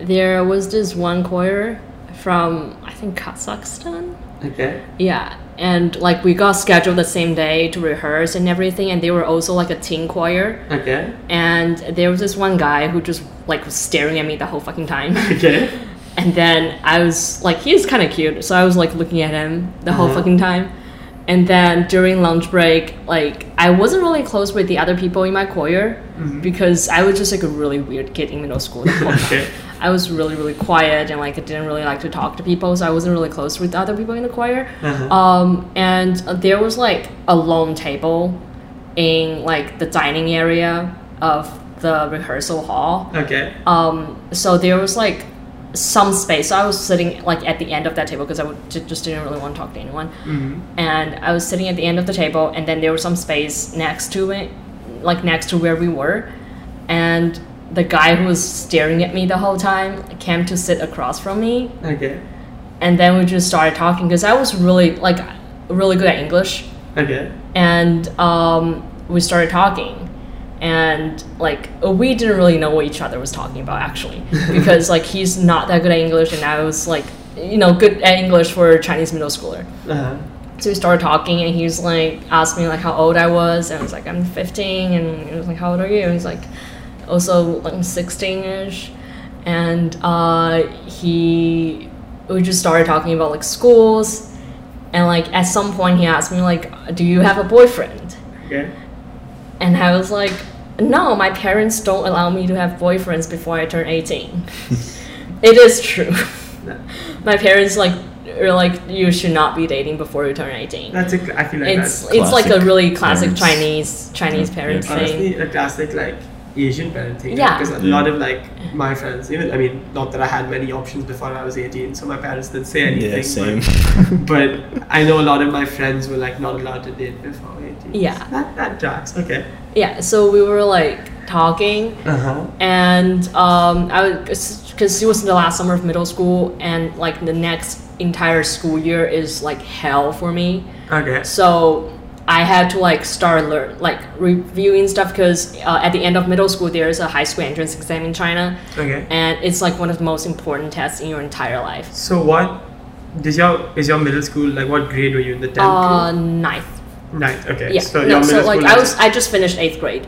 there was this one choir from i think kazakhstan
Okay.
yeah and like we got scheduled the same day to rehearse and everything and they were also like a teen choir
Okay.
and there was this one guy who just like was staring at me the whole fucking time
Okay.
and then I was like, he was kind of cute, so I was like looking at him the whole
Uh-huh.
fucking time. And then during lunch break, like I wasn't really close with the other people in my choir because I was just like a really weird kid in middle school.
Okay.
I was really really quiet and like I didn't really like to talk to people, so I wasn't really close with the other people in the choir.
Uh-huh.
Um, and there was like a long table in like the dining area of the rehearsal hall.
Okay.
Um, so there was like some space. So I was sitting like at the end of that table because I would, ju- just didn't really want to talk to anyone.
Mhm.
And I was sitting at the end of the table, and then there was some space next to it, like next to where we were. And the guy who was staring at me the whole time came to sit across from me,
Okay.
and then we just started talking because I was really like really good at English
Okay.
and um, we started talking and like we didn't really know what each other was talking about actually because like he's not that good at english and i was like you know good at english for a chinese middle schooler
Uh-huh.
so we started talking and he was like asked me like how old i was and i was like i'm 15 and he was like how old are you and he's like oh, also like 16ish and uh, he we just started talking about like schools and like at some point he asked me like do you have a boyfriend
Okay.
and I was like, no, my parents don't allow me to have boyfriends before I turn 18. it is true.
That-
my parents like are like you should not be dating before you turn 18.
That's a. cl- I feel like
it's
that's
it's like a
Classic
really classic
parents.
Chinese Chinese
Yeah,
parents
yeah,
thing.
honestly a classic like Asian parent thing.
Yeah.
Because a
Yeah.
lot of like my friends, even I mean, not that I had many options before I was eighteen, so my parents didn't say anything.
Yeah, same.
But, but I know a lot of my friends were like not allowed to date before eighteen.
Yeah.
That that tracks. Okay.
Yeah, so we were like talking
Uh
Uh-huh.
huh.
and um, I was because it was the last summer of middle school and like the next entire school year is like hell for me.
Okay.
So I had to like start learn like reviewing stuff because uh, at the end of middle school there is a high school entrance exam in China,
Okay.
and it's like one of the most important tests in your entire life.
So what? Did your is your middle school like what grade were you in the tenth?
Uh, ninth.
grade? ninth. Okay.
Yeah.
So
no,
your
so
middle school
like I was I just finished eighth grade.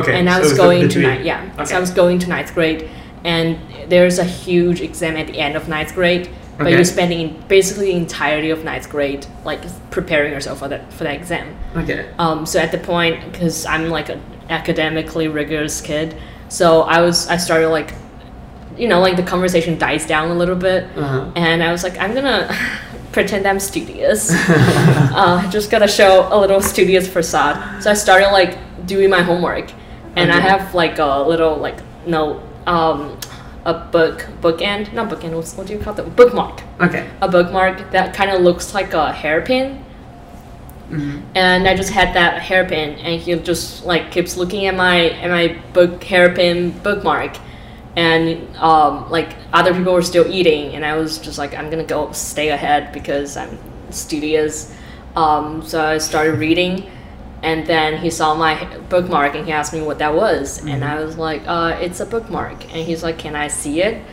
okay.
and I
so
was
it
going
the
to
between.
ninth. Yeah,
Okay.
so I was going to ninth grade, and there's a huge exam at the end of ninth grade. But
Okay.
you're spending basically the entirety of ninth grade like preparing yourself for that for that exam.
okay.
Um, so at the point, because I'm like an academically rigorous kid, so I was I started like, you know, like the conversation dies down a little bit,
Uh-huh.
and I was like, I'm gonna pretend I'm studious, uh, just gonna show a little studious facade. So I started like doing my homework, and I
Okay.
have like a little like no um, a book bookend not bookend what's, what do you call the bookmark
Okay.
a bookmark that kind of looks like a hairpin
Mhm.
and I just had that hairpin, and he just like keeps looking at my at my book hairpin bookmark, and um, like other people were still eating, and I was just like, I'm gonna go stay ahead because I'm studious, um, so I started reading, and then he saw my bookmark and he asked me what that was, and I was like, uh, it's a bookmark, and he's like, can I see it?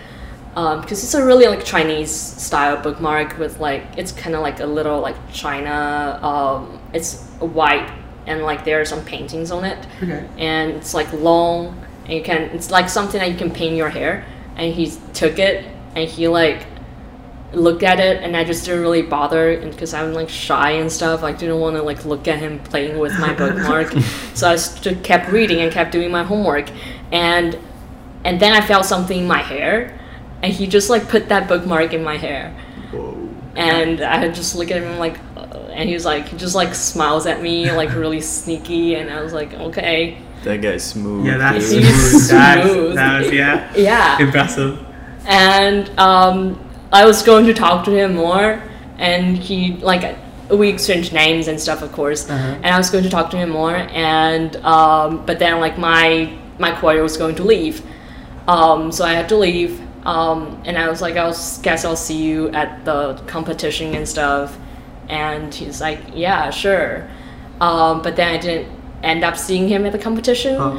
because Um, it's a really like Chinese style bookmark with like it's kind of like a little like China. Um, it's white and like there are some paintings on it,
Okay.
and it's like long and you can it's like something that you can paint your hair. And he took it and he like looked at it, and I just didn't really bother because I'm like shy and stuff. I didn't want to like look at him playing with my bookmark, so I just kept reading and kept doing my homework, and and then I felt something in my hair, and he just like put that bookmark in my hair,
Whoa.
and I just look at him like, uh, and he was like, he just like smiles at me like really sneaky, and I was like, okay,
That guy's smooth.
Yeah, that's
dude.
He's
that's,
smooth.
that was yeah.
yeah,
Impressive.
and um, I was going to talk to him more, and he like we exchanged names and stuff, of course,
Uh-huh.
and I was going to talk to him more, and um, but then like my my choir was going to leave, um, so I had to leave, um, and I was like, I will guess I'll see you at the competition and stuff, and he's like, yeah, sure, um, but then I didn't end up seeing him at the competition
Uh,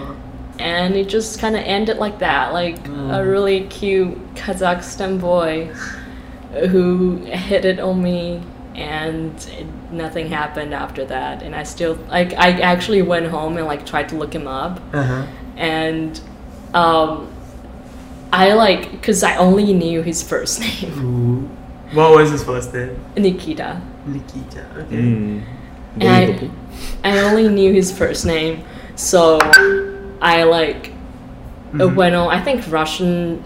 and it just kind of ended like that like a really cute kazakhstan boy who hit it on me and it, nothing happened after that and i still like i actually went home and like tried to look him up
uh-huh.
and um i like because i only knew his first name
Ooh. What was his first name?
Nikita.
Nikita. Okay.
Mm.
And I, I only knew his first name, so I like
Mm-hmm.
Mhm.
Uh, when I think Russian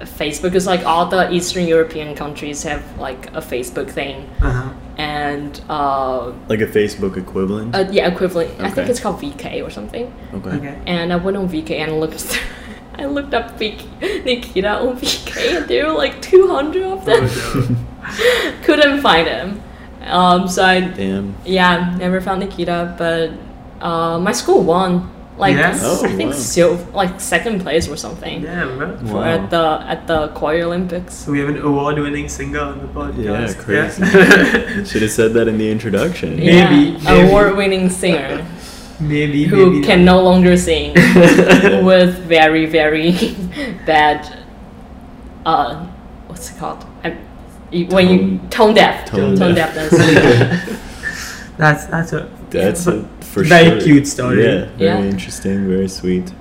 Facebook is like all the Eastern European countries have like a Facebook thing,
Uh-huh.
and uh,
Like a Facebook equivalent.
uh, yeah, equivalent. I think
Okay.
it's called VK or something.
okay.
Okay.
And I went on VK and looked. I looked up VK, Nikita on VK, and there were like two hundred of them. Couldn't find him, um, so I
Damn.
Yeah, never found Nikita, but uh, my school won. Like
Yeah?
s-
Oh,
I think
wow.
sil- like second place or something
Damn, bro.
for at the at the choir Olympics.
So we have an award-winning singer on the
Yeah,
podcast.
crazy. Should have said that in the introduction.
Yeah. Maybe, maybe.
award-winning singer
maybe
who
maybe
can
not.
no longer sing with very very bad. Uh, what's it called? I, you- when you tone deaf,
Tone deaf.
deafness.
That's that's a
That's a for
Very
sure.
cute story.
Yeah, very
Yeah.
interesting, very sweet.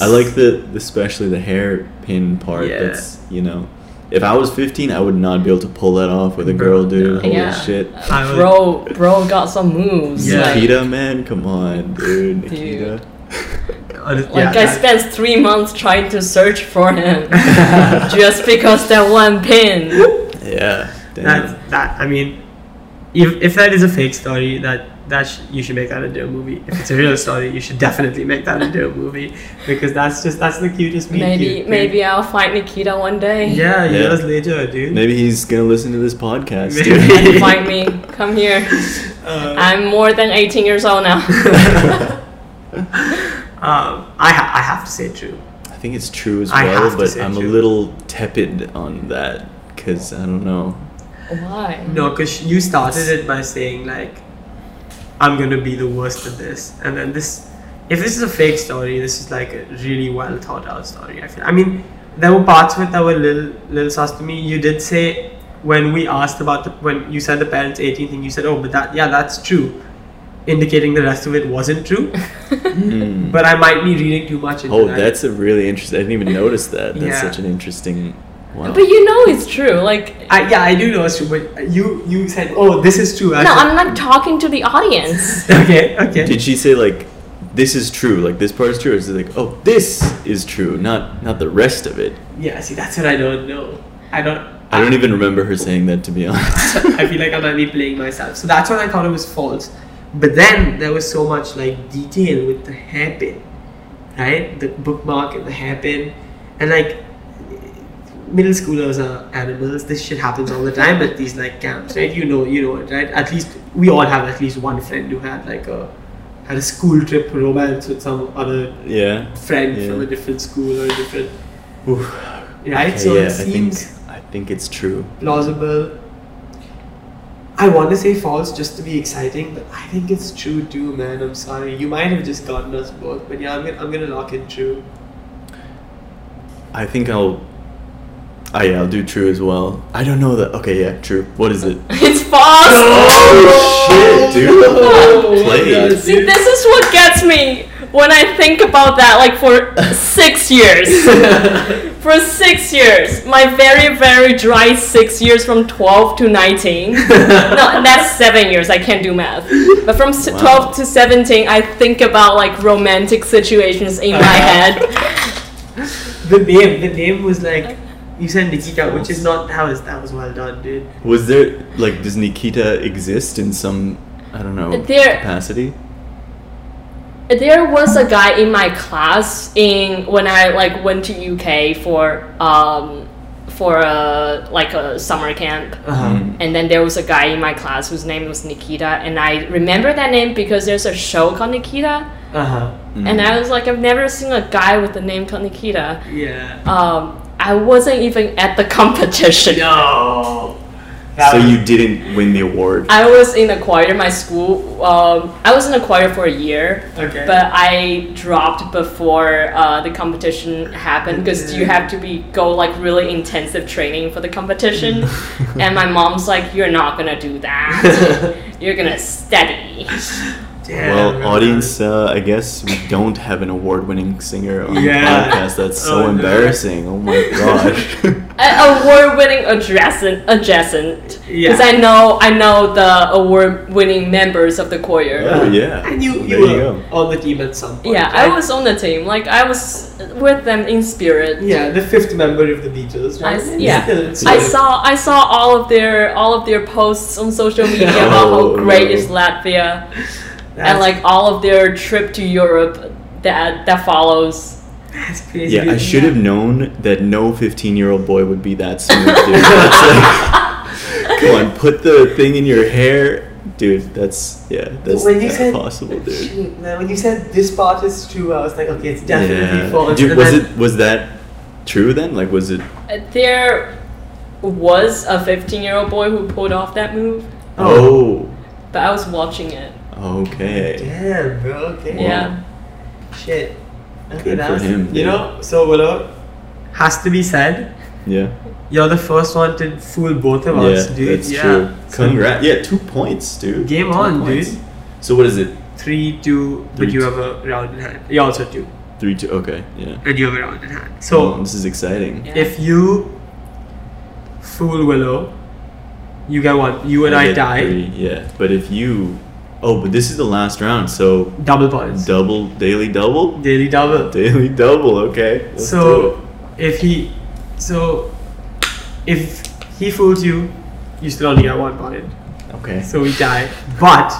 I like the especially the hair pin part.
Yeah.
That's you know, if I was 15, I would not be able to pull that off with a
Bro,
girl, dude.
no.
Holy
Yeah.
shit.
I would-
bro, bro got some moves.
Yeah.
Like,
Nikita, man, come on, dude. Nikita.
Honest-
Like
yeah,
I
that-
spent three months trying to search for him just because that one pin.
Yeah. Damn.
That that I mean, if if that is a fake story, that that sh- you should make that into a movie. If it's a real story, you should definitely make that into a movie because that's just that's the cutest. meet
Maybe
cute, dude.
maybe I'll find Nikita one day.
Yeah,
Yeah.
years later, dude.
Maybe he's gonna listen to this podcast.
Maybe.
dude.
And find me. Come here.
Uh,
I'm more than 18 years old now.
um, I ha- I have to say true.
I think it's true as
I have
well,
to
but
say
I'm a
true.
little tepid on that because I don't know.
Why?
No, because you started it by saying like, I'm gonna be the worst at this, and then this. If this is a fake story, this is like a really well thought out story. I feel. I mean, there were parts of it that were little little sus to me. You did say when we asked about the when you said the parents 18 thing, you said, oh, but that yeah, that's true, indicating the rest of it wasn't true.
Hmm.
But I might be reading too much into
Oh,
that.
that's a really interesting. I didn't even notice that. That's
Yeah.
such an interesting. Wow.
But you know it's true. Like
I, yeah, I do know it's true, but you you said, oh, this is true. I
no,
said,
I'm not talking to the audience.
okay, okay.
Did she say like, "This is true"? Like this part is true. Or is it like, "Oh, this is true," not not the rest of it?
Yeah, see, that's what I don't know. I don't.
I don't even remember her saying that to be honest.
I feel like I might be playing myself. So that's when I thought it was false. But then there was so much like detail with the hairpin, right? The bookmark and the hairpin, and like middle schoolers are animals. This shit happens all the time at these like camps, right? You know, you know it, right? At least we all have at least one friend who had like a had a school trip romance with some other
yeah.
friend
Yeah.
from a different school or a different
Oof.
right.
Okay,
so
yeah,
it seems.
I think I think it's true.
plausible. I want to say false just to be exciting, but I think it's true too, man. I'm sorry. You might have just gotten us both, but yeah, I'm gonna, I'm gonna lock in true.
I think I'll. Ah, yeah, I'll do true as well. I don't know that. Okay, yeah, true. What is it?
it's false.
Oh shit, dude!
Oh,
Played.
yes.
See, this is what gets me when I think about that. Like for six years. For six years, my very, very dry six years from 12 to 19. no, that's seven years, I can't do math. But from s
Wow.
12 to 17, I think about like romantic situations in my
Uh-huh.
head.
the name, the name was like you said Nikita, which is not that was that was well done, dude.
Was there like does Nikita exist in some I don't know
There-
capacity?
There was a guy in my class in when I like went to UK for um for a like a summer camp.
Hmm.
Uh-huh.
And then there was a guy in my class whose name was Nikita, and I remember that name because there's a show called Nikita,
Uh huh.
and I was like, I've never seen a guy with the name called Nikita.
Yeah.
Um, I wasn't even at the competition.
No.
so you didn't win the award.
I was in a choir. My school, um, I was in a choir for a year,
Okay.
but I dropped before uh, the competition happened because you have to be go like really intensive training for the competition, and my mom's like, "You're not gonna do that. You're gonna study."
Damn,
well,
man.
audience, uh, I guess we don't have an award-winning singer on
Yeah.
the podcast. That's so
Oh, no.
embarrassing. Oh my gosh.
An award-winning adjacent, adjacent. Because
Yeah.
I know, I know the award-winning members of the choir.
oh yeah.
And you,
So
you
there
were
you go.
on the team at some point.
Yeah, I
right?
was on the team. Like I was with them in spirit.
Yeah, the fifth member of the Beatles.
I
Right?
s- yeah.
It's-
I saw I saw all of their all of their posts on social media about
Oh,
how great
no.
is Latvia and
That's-
like all of their trip to Europe that that follows.
that's crazy.
Yeah, I
dude.
should have known that no 15 year old boy would be that smooth, dude. That's like, come on, put the thing in your hair. Dude, that's, yeah, that's
When you
not
said-
possible, dude.
Shoot, man, when you said this part is true, I was like, okay, it's definitely
Yeah.
false.
Dude,
And
was
then-
it, was that true then? Like, was it,
Uh, There was a 15 year old boy who pulled off that move,
oh,
but I was watching it.
okay.
Damn, bro. Okay.
Yeah,
Shit. Okay,
Good
that
for
was,
him,
You
dude.
know, so Willow has to be said.
Yeah.
You're the first one to fool both of
Yeah,
us, dude.
that's
yeah.
true.
So,
Congrats. Yeah, two points, dude.
Game
Two
on,
points.
dude.
So, what is it?
Three, two,
Three,
but you
two.
have a round in hand. You also two,
3 2. Okay, yeah.
and you have a round in hand. So
So, this is exciting.
Yeah.
if you fool Willow, you get one. You and I,
get
die.
three, yeah, but if you, oh, but this is the last round, so
Double points.
Double daily double?
Daily double.
Daily double, okay. Let's
so
do
if he, so if he fools you, you still only get one point.
it. okay.
so we die. But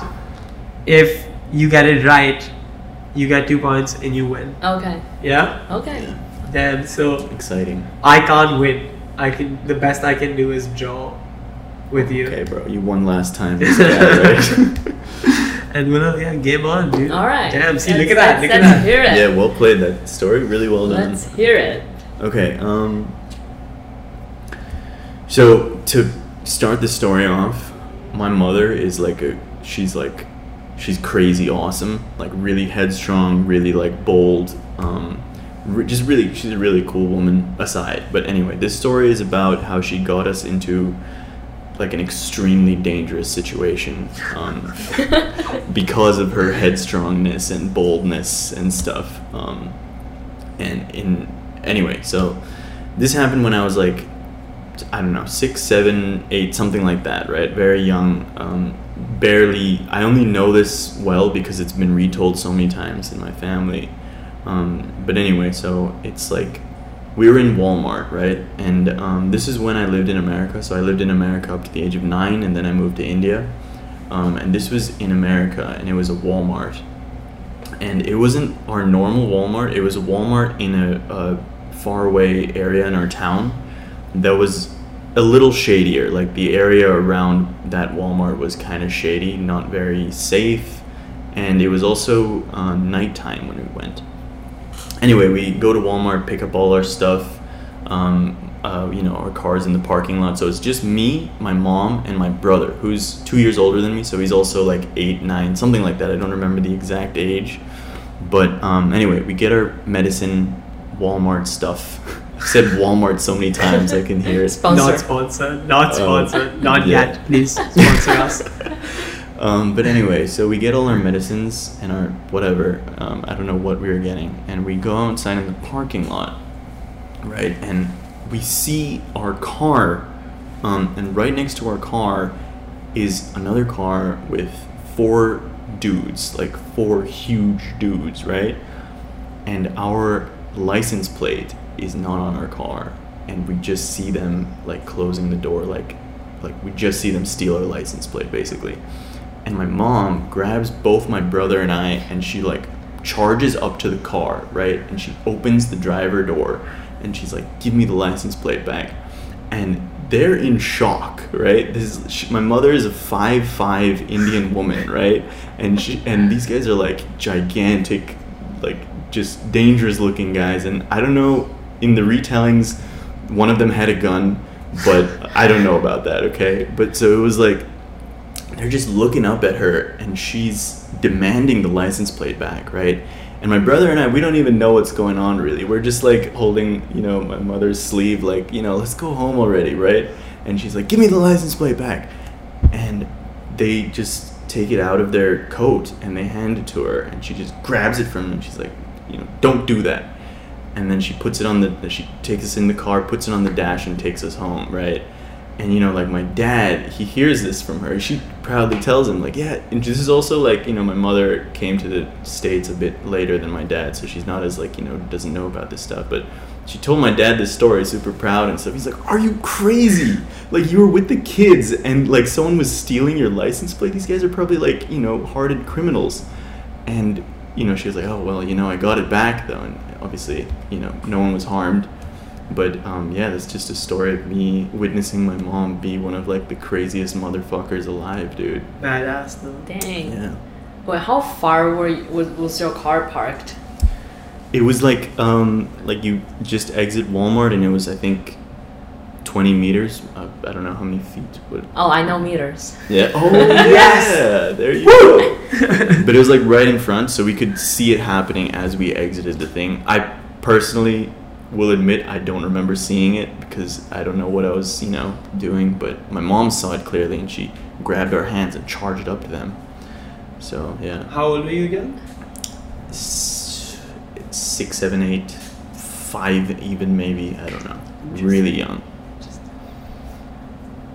if you get it right, you get two points and you win.
okay,
Yeah?
okay.
Damn, so
Exciting.
I can't win. I can the best I can do is draw with you.
Okay, bro, you won last time. It's bad, right?
And we'll have yeah, game on, dude.
All right.
Damn, see look
Let's-
at that, look at
let's- Let's
that.
hear it.
yeah, well played. That story really well done.
Let's hear it.
Okay. Um. So to start the story off, my mother is like a she's like she's crazy awesome, like really headstrong, really like bold. Um, re- just really she's a really cool woman. Aside, but anyway, this story is about how she got us into like an extremely dangerous situation. Um, because of her headstrongness and boldness and stuff. Um, and in anyway, so this happened when I was like, I don't know, six, seven, eight, something like that, right? Very young. Um, barely. I only know this well because it's been retold so many times in my family. Um, but anyway, so it's like we were in Walmart, right? And um, this is when I lived in America. So I lived in America up to the age of nine, and then I moved to India. Um, and this was in America, and it was a Walmart. And it wasn't our normal Walmart. It was a Walmart in a, a faraway area in our town that was a little shadier. Like the area around that Walmart was kind of shady, not very safe, and it was also uh, nighttime when we went anyway, we go to Walmart, pick up all our stuff. Um, uh, you know, our car's in the parking lot. So it's just me, my mom, and my brother, who's two years older than me. So he's also like eight, nine, something like that. I don't remember the exact age. But um, anyway, we get our medicine, Walmart stuff. I've said Walmart so many times I can hear it.
Sponsor.
Not sponsored, not sponsored, not
Oh. yeah.
yet. Please sponsor us.
Um, but anyway, so we get all our medicines and our whatever. Um, I don't know what we were getting, and we go outside in the parking lot, right? And we see our car, um, and right next to our car is another car with four dudes, like four huge dudes, right? And our license plate is not on our car, and we just see them like closing the door, like, like we just see them steal our license plate, basically and my mom grabs both my brother and I and she like charges up to the car, right? And she opens the driver door and she's like, "Give me the license plate back." And they're in shock, right? This is, she, my mother is a five-five Indian woman, right? And she and these guys are like gigantic like just dangerous looking guys and I don't know in the retellings one of them had a gun, but I don't know about that, okay? But so it was like they're just looking up at her and she's demanding the license plate back right and my brother and i we don't even know what's going on really we're just like holding you know my mother's sleeve like you know let's go home already right and she's like give me the license plate back and they just take it out of their coat and they hand it to her and she just grabs it from them and she's like you know don't do that and then she puts it on the she takes us in the car puts it on the dash and takes us home right and you know like my dad he hears this from her she proudly tells him like yeah and this is also like you know my mother came to the states a bit later than my dad so she's not as like you know doesn't know about this stuff but she told my dad this story super proud and stuff he's like are you crazy like you were with the kids and like someone was stealing your license plate these guys are probably like you know hardened criminals and you know she was like oh well you know i got it back though and obviously you know no one was harmed but um, yeah, that's just a story of me witnessing my mom be one of like the craziest motherfuckers alive, dude.
Badass though.
Dang.
Yeah.
Wait, how far were you, was, was your car parked?
It was like um, like you just exit Walmart and it was I think twenty meters. Uh, I don't know how many feet, but
Oh, I know meters.
yeah. Oh
Yes!
yeah, there you go. but it was like right in front, so we could see it happening as we exited the thing. I personally will admit I don't remember seeing it because I don't know what I was, you know, doing. But my mom saw it clearly, and she grabbed our hands and charged up to them. So yeah,
How old were you again?
S- six, seven, eight, five, even maybe I don't know. Really young.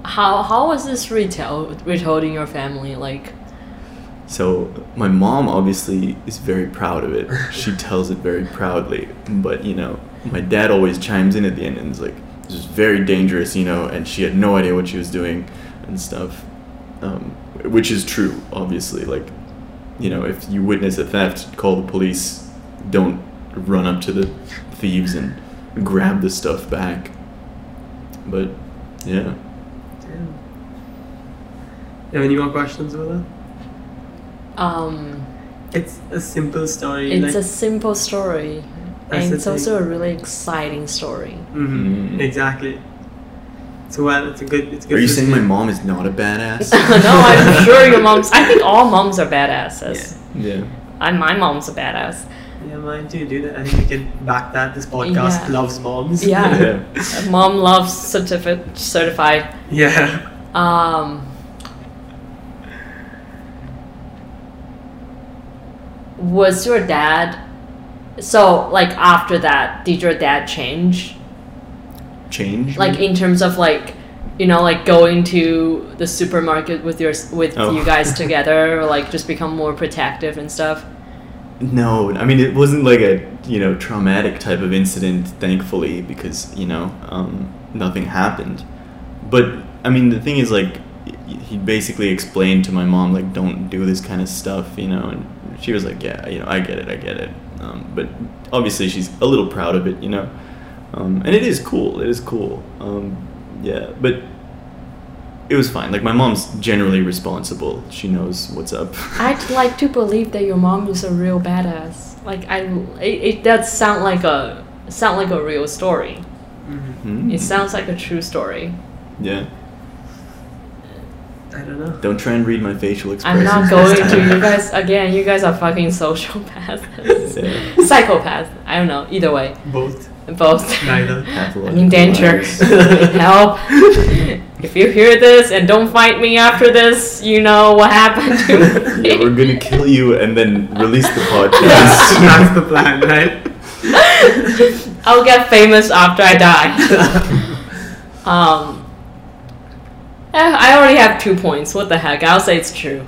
How how was this retail retold in your family? Like,
So my mom obviously is very proud of it. She tells it very proudly. But you know, my dad always chimes in at the end and is like, "This is very dangerous," you know, and she had no idea what she was doing and stuff, um, which is true, obviously. Like, you know, if you witness a theft, call the police. Don't run up to the thieves and grab the stuff back. But yeah.
Damn. You have any more questions, Willa?
um,
It's a simple story.
it's a
like,
simple story,
That's
and
the
it's
thing.
also a really exciting story.
Mhm,
Mm.
Exactly. So well, it's a good. It's a good.
Are you
to
saying
see.
my mom is not a badass?
no, I'm sure your mom's. I think all moms are badasses.
yeah.
I my mom's a badass.
Yeah, mine too, dude. I think we can back that. This podcast
Yeah.
loves moms.
Yeah.
Yeah.
Mom loves certifi- certified
yeah.
Um, was your dad so like after that did your dad change
Change.
like in terms of like you know like going to the supermarket with your with
Oh.
you guys together or like just become more protective and stuff
No, I mean it wasn't like a you know traumatic type of incident, thankfully, because you know um, nothing happened. But I mean the thing is like he- he basically explained to my mom like don't do this kind of stuff, you know, and she was like yeah, you know I get it, I get it. Um, but obviously she's a little proud of it, you know, um, and it is cool, it is cool. Um, yeah, but it was fine. Like my mom's generally responsible; she knows what's up.
i'd like to believe that your mom is a real badass like i it, it does sound like a sound like a real story
Mhm.
Hmm.
it sounds like a true story
yeah.
I don't know.
Don't try and read my facial
I'm
expressions.
not going
this
to.
time.
You guys, again, you guys are fucking sociopaths.
Yeah.
Psychopaths. I don't know. Either way.
Both.
Both.
Neither.
I'm in danger.
Pathological
Help. If you hear this and don't fight me after this, you know what happened to
liars.
me.
yeah, we're gonna kill you and then release the
That's,
podcast.
that's the plan, right?
I'll get famous after I die. Um, eh, I already have two points. What the heck? I'll say it's true.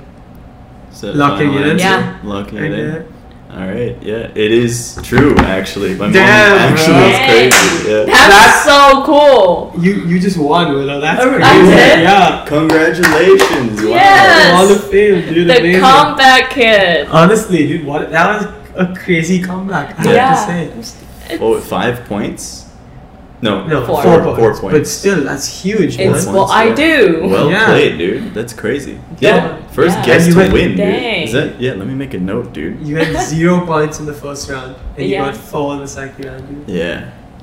so
Locking
final
it in.
answer.
Yeah.
Locking it
And, uh,
in. All right. Yeah, it is true. Actually, my
Damn,
mom actually
bro.
Hey.
is crazy. Yeah.
That's so cool.
you you just won, Willow. That's
I
crazy.
did?
Yeah.
Congratulations! Wow.
Yes.
All the fame, dude.
The
amazing.
comeback kid.
Honestly, dude, what that was a crazy comeback. I have to say.
It's-
Oh, five points. No,
No,
Four.
four,
Four
points,
points.
But still, that's
It's
huge. man.
Four
what
points,
I
yeah.
do.
Well
Yeah.
played, dude. That's crazy. Yeah,
Yeah.
first
Yeah.
guess
And you
to
went-
win, dude.
Dang.
Is that? Yeah, let me make a note, dude.
You had zero points in the first round, and
Yeah.
you got four in the second round. Dude.
Yeah,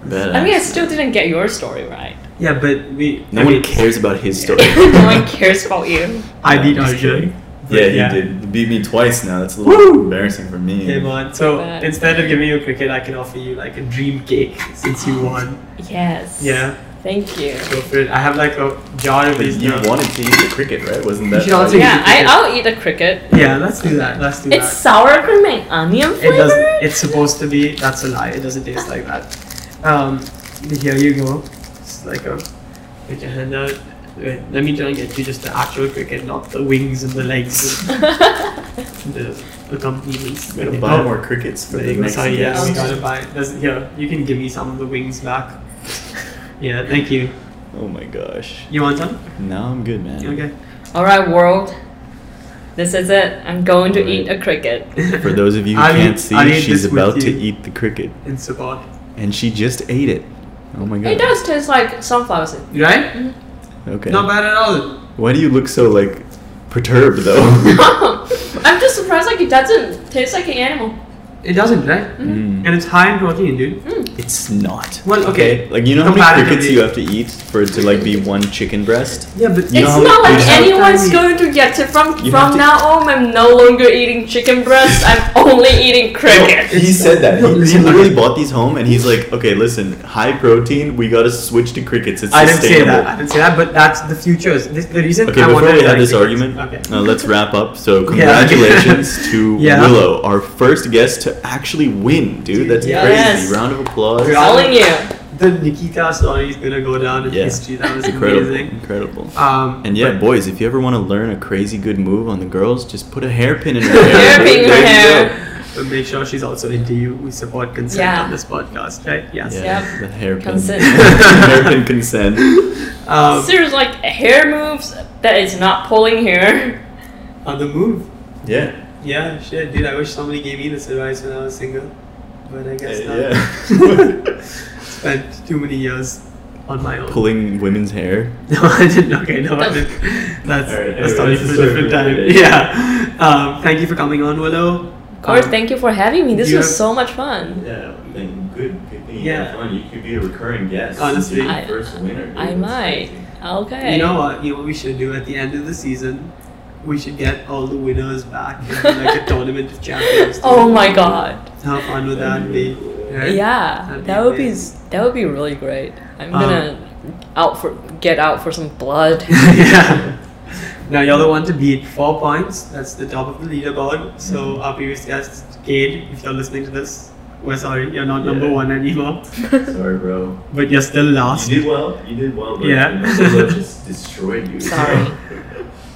badass.
I mean, I still didn't get your story right.
Yeah, but we.
No
I
one
mean,
cares about his story.
no one cares about you.
I beat
I'm just
Arjun.
kidding. Yeah, he did. He beat me twice now. That's a little embarrassing for me.
Mm.
Came on. So
bad.
instead of giving you cricket, I can offer you like a dream cake since you won.
Yes.
Yeah.
Thank you.
Go for it. I have like a jar of
But
these.
you
now.
wanted to eat the cricket, right? Wasn't
You
that?
should also
like-
eat-
Yeah, I, I'll eat a cricket.
Yeah, let's do that. Let's do
It's
that.
sour cream and onion
It
flavor.
doesn't. It's supposed to be. That's a lie. It doesn't taste like that. Um, here you go. It's like a. Put your hand out. Wait, let me try and get you just the actual cricket, not the wings and the legs, and the accompaniments.
We're gonna
Okay.
buy
Oh,
more crickets for
there
the
you go.
next
Sorry, yeah, we
guest.
gotta buy. Does, here, you can give me some of the wings back. Yeah, thank you.
Oh my gosh.
You want some?
Now I'm good, man.
Okay.
All right, world. This is it. I'm going to eat a cricket.
For those of you who
I'll
can't
eat-
see,
I'll eat
she's
this with
about to
you.
eat the cricket,
in support.
and she just ate it. Oh my god!
It does taste like sunflower seed.
Right?
Okay.
Not bad at all.
Why do you look so like perturbed though?
I'm just surprised like it doesn't taste like an animal.
It doesn't, right?
Mm.
And it's high in protein, dude.
It's not.
Well, okay.
Like you know how many
Comparatively-
crickets you have to eat for it to like be one chicken breast?
Yeah, but
You know
it's
how
not
many-
like
you know-
anyone's going to get it from
You have
from
to-
now on. I'm no longer eating chicken breast. I'm only eating cricket.
He said that.
No,
He, he
listen,
literally
I-
bought these home and he's like, okay, listen, high protein, we gotta switch to crickets. It's
I didn't say
sustainable.
that. I didn't say that. But that's the future. This, the reason
Okay,
I
before
wanted
we
to
have
like
this
cricket-
argument,
Okay.
uh, let's wrap up. So,
Yeah.
congratulations to
Yeah.
Willow, our first guest to actually win, dude. That's
Yes.
crazy. Round of applause.
Yeah.
Telling you.
The Nikita story is gonna go down in
Yeah.
history. That was
Incredible.
amazing.
Incredible.
Um,
And yeah,
but-
boys, if you ever want to learn a crazy good move on the girls, just put a hairpin in her hair.
Hairpin in her
There you
hair.
but make sure she's also into you. We support consent
Yeah.
on this podcast, right?
go.
Yes.
Yeah,
Yep.
the hairpin.
Consent.
hairpin consent.
Um,
Serious like hair moves that is not pulling hair.
on the move.
Yeah.
Yeah, shit, dude. I wish somebody gave me this advice when I was single, but I guess not.
Yeah.
Spent too many years on my own.
Pulling women's hair.
No, I didn't. Okay, no, I didn't. That's
All right,
a story
anyways,
for a
it's over
different
for
time.
today.
Yeah. Um, thank you for coming on, Willow.
Of course,
Um,
thank you for having me. This
you
was
have-
so much fun.
Yeah, and good, good thing
Yeah.
had fun. You could be a recurring guest.
Honestly.
You're the
I-
first winner. dude.
I
That's
might.
crazy.
Okay.
You know what? You know what we should do at the end of the season? We should get all the winners back and do like a tournament of champions. dude.
Oh my god.
How fun would that be? Right?
Yeah,
That'd be
that would be
amazing.
that would be really great. I'm
Um,
gonna out for get out for some blood.
yeah. Now you're the one to beat. Four points. That's the top of the leaderboard. So
Mm-hmm.
our previous guest, Cade, if you're listening to this, we're sorry, you're not number
Yeah.
one anymore,
Sorry, bro.
but you're still last.
You did well. You did well, but
Yeah.
Marcelo just destroyed you.
Sorry.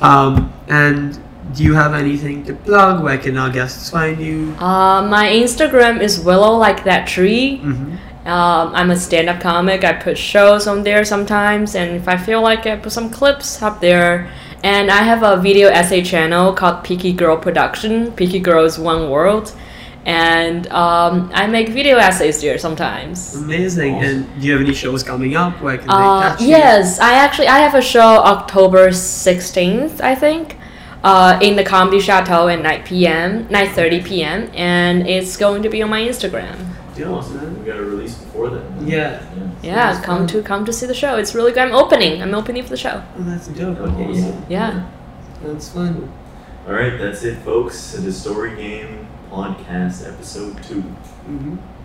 Um, and do you have anything to plug? Where can our guests find you?
Uh, my Instagram is willow like that tree.
Mm-hmm.
Um, I'm a stand-up comic. I put shows on there sometimes, and if I feel like it, I put some clips up there. And I have a video essay channel called Peaky Girl Production. Peaky Girl is one world, and um, I make video essays there sometimes.
Amazing. And do you have any shows coming up? Where can they
Uh,
catch you?
yes, I actually I have a show October sixteenth, I think, uh, in the Comedy Chateau at nine p.m. nine thirty p.m. and it's going to be on my Instagram.
Yeah,
Awesome.
man.
We got to release before then.
Yeah.
Yeah,
Sounds
come to
good.
come to see the show. It's really good. I'm opening. I'm opening for the show.
Oh, that's dope. Okay, yeah.
Awesome.
Yeah.
That's fun.
All right, that's it, folks. The Story Game Podcast, Episode 2.
Mm-hmm.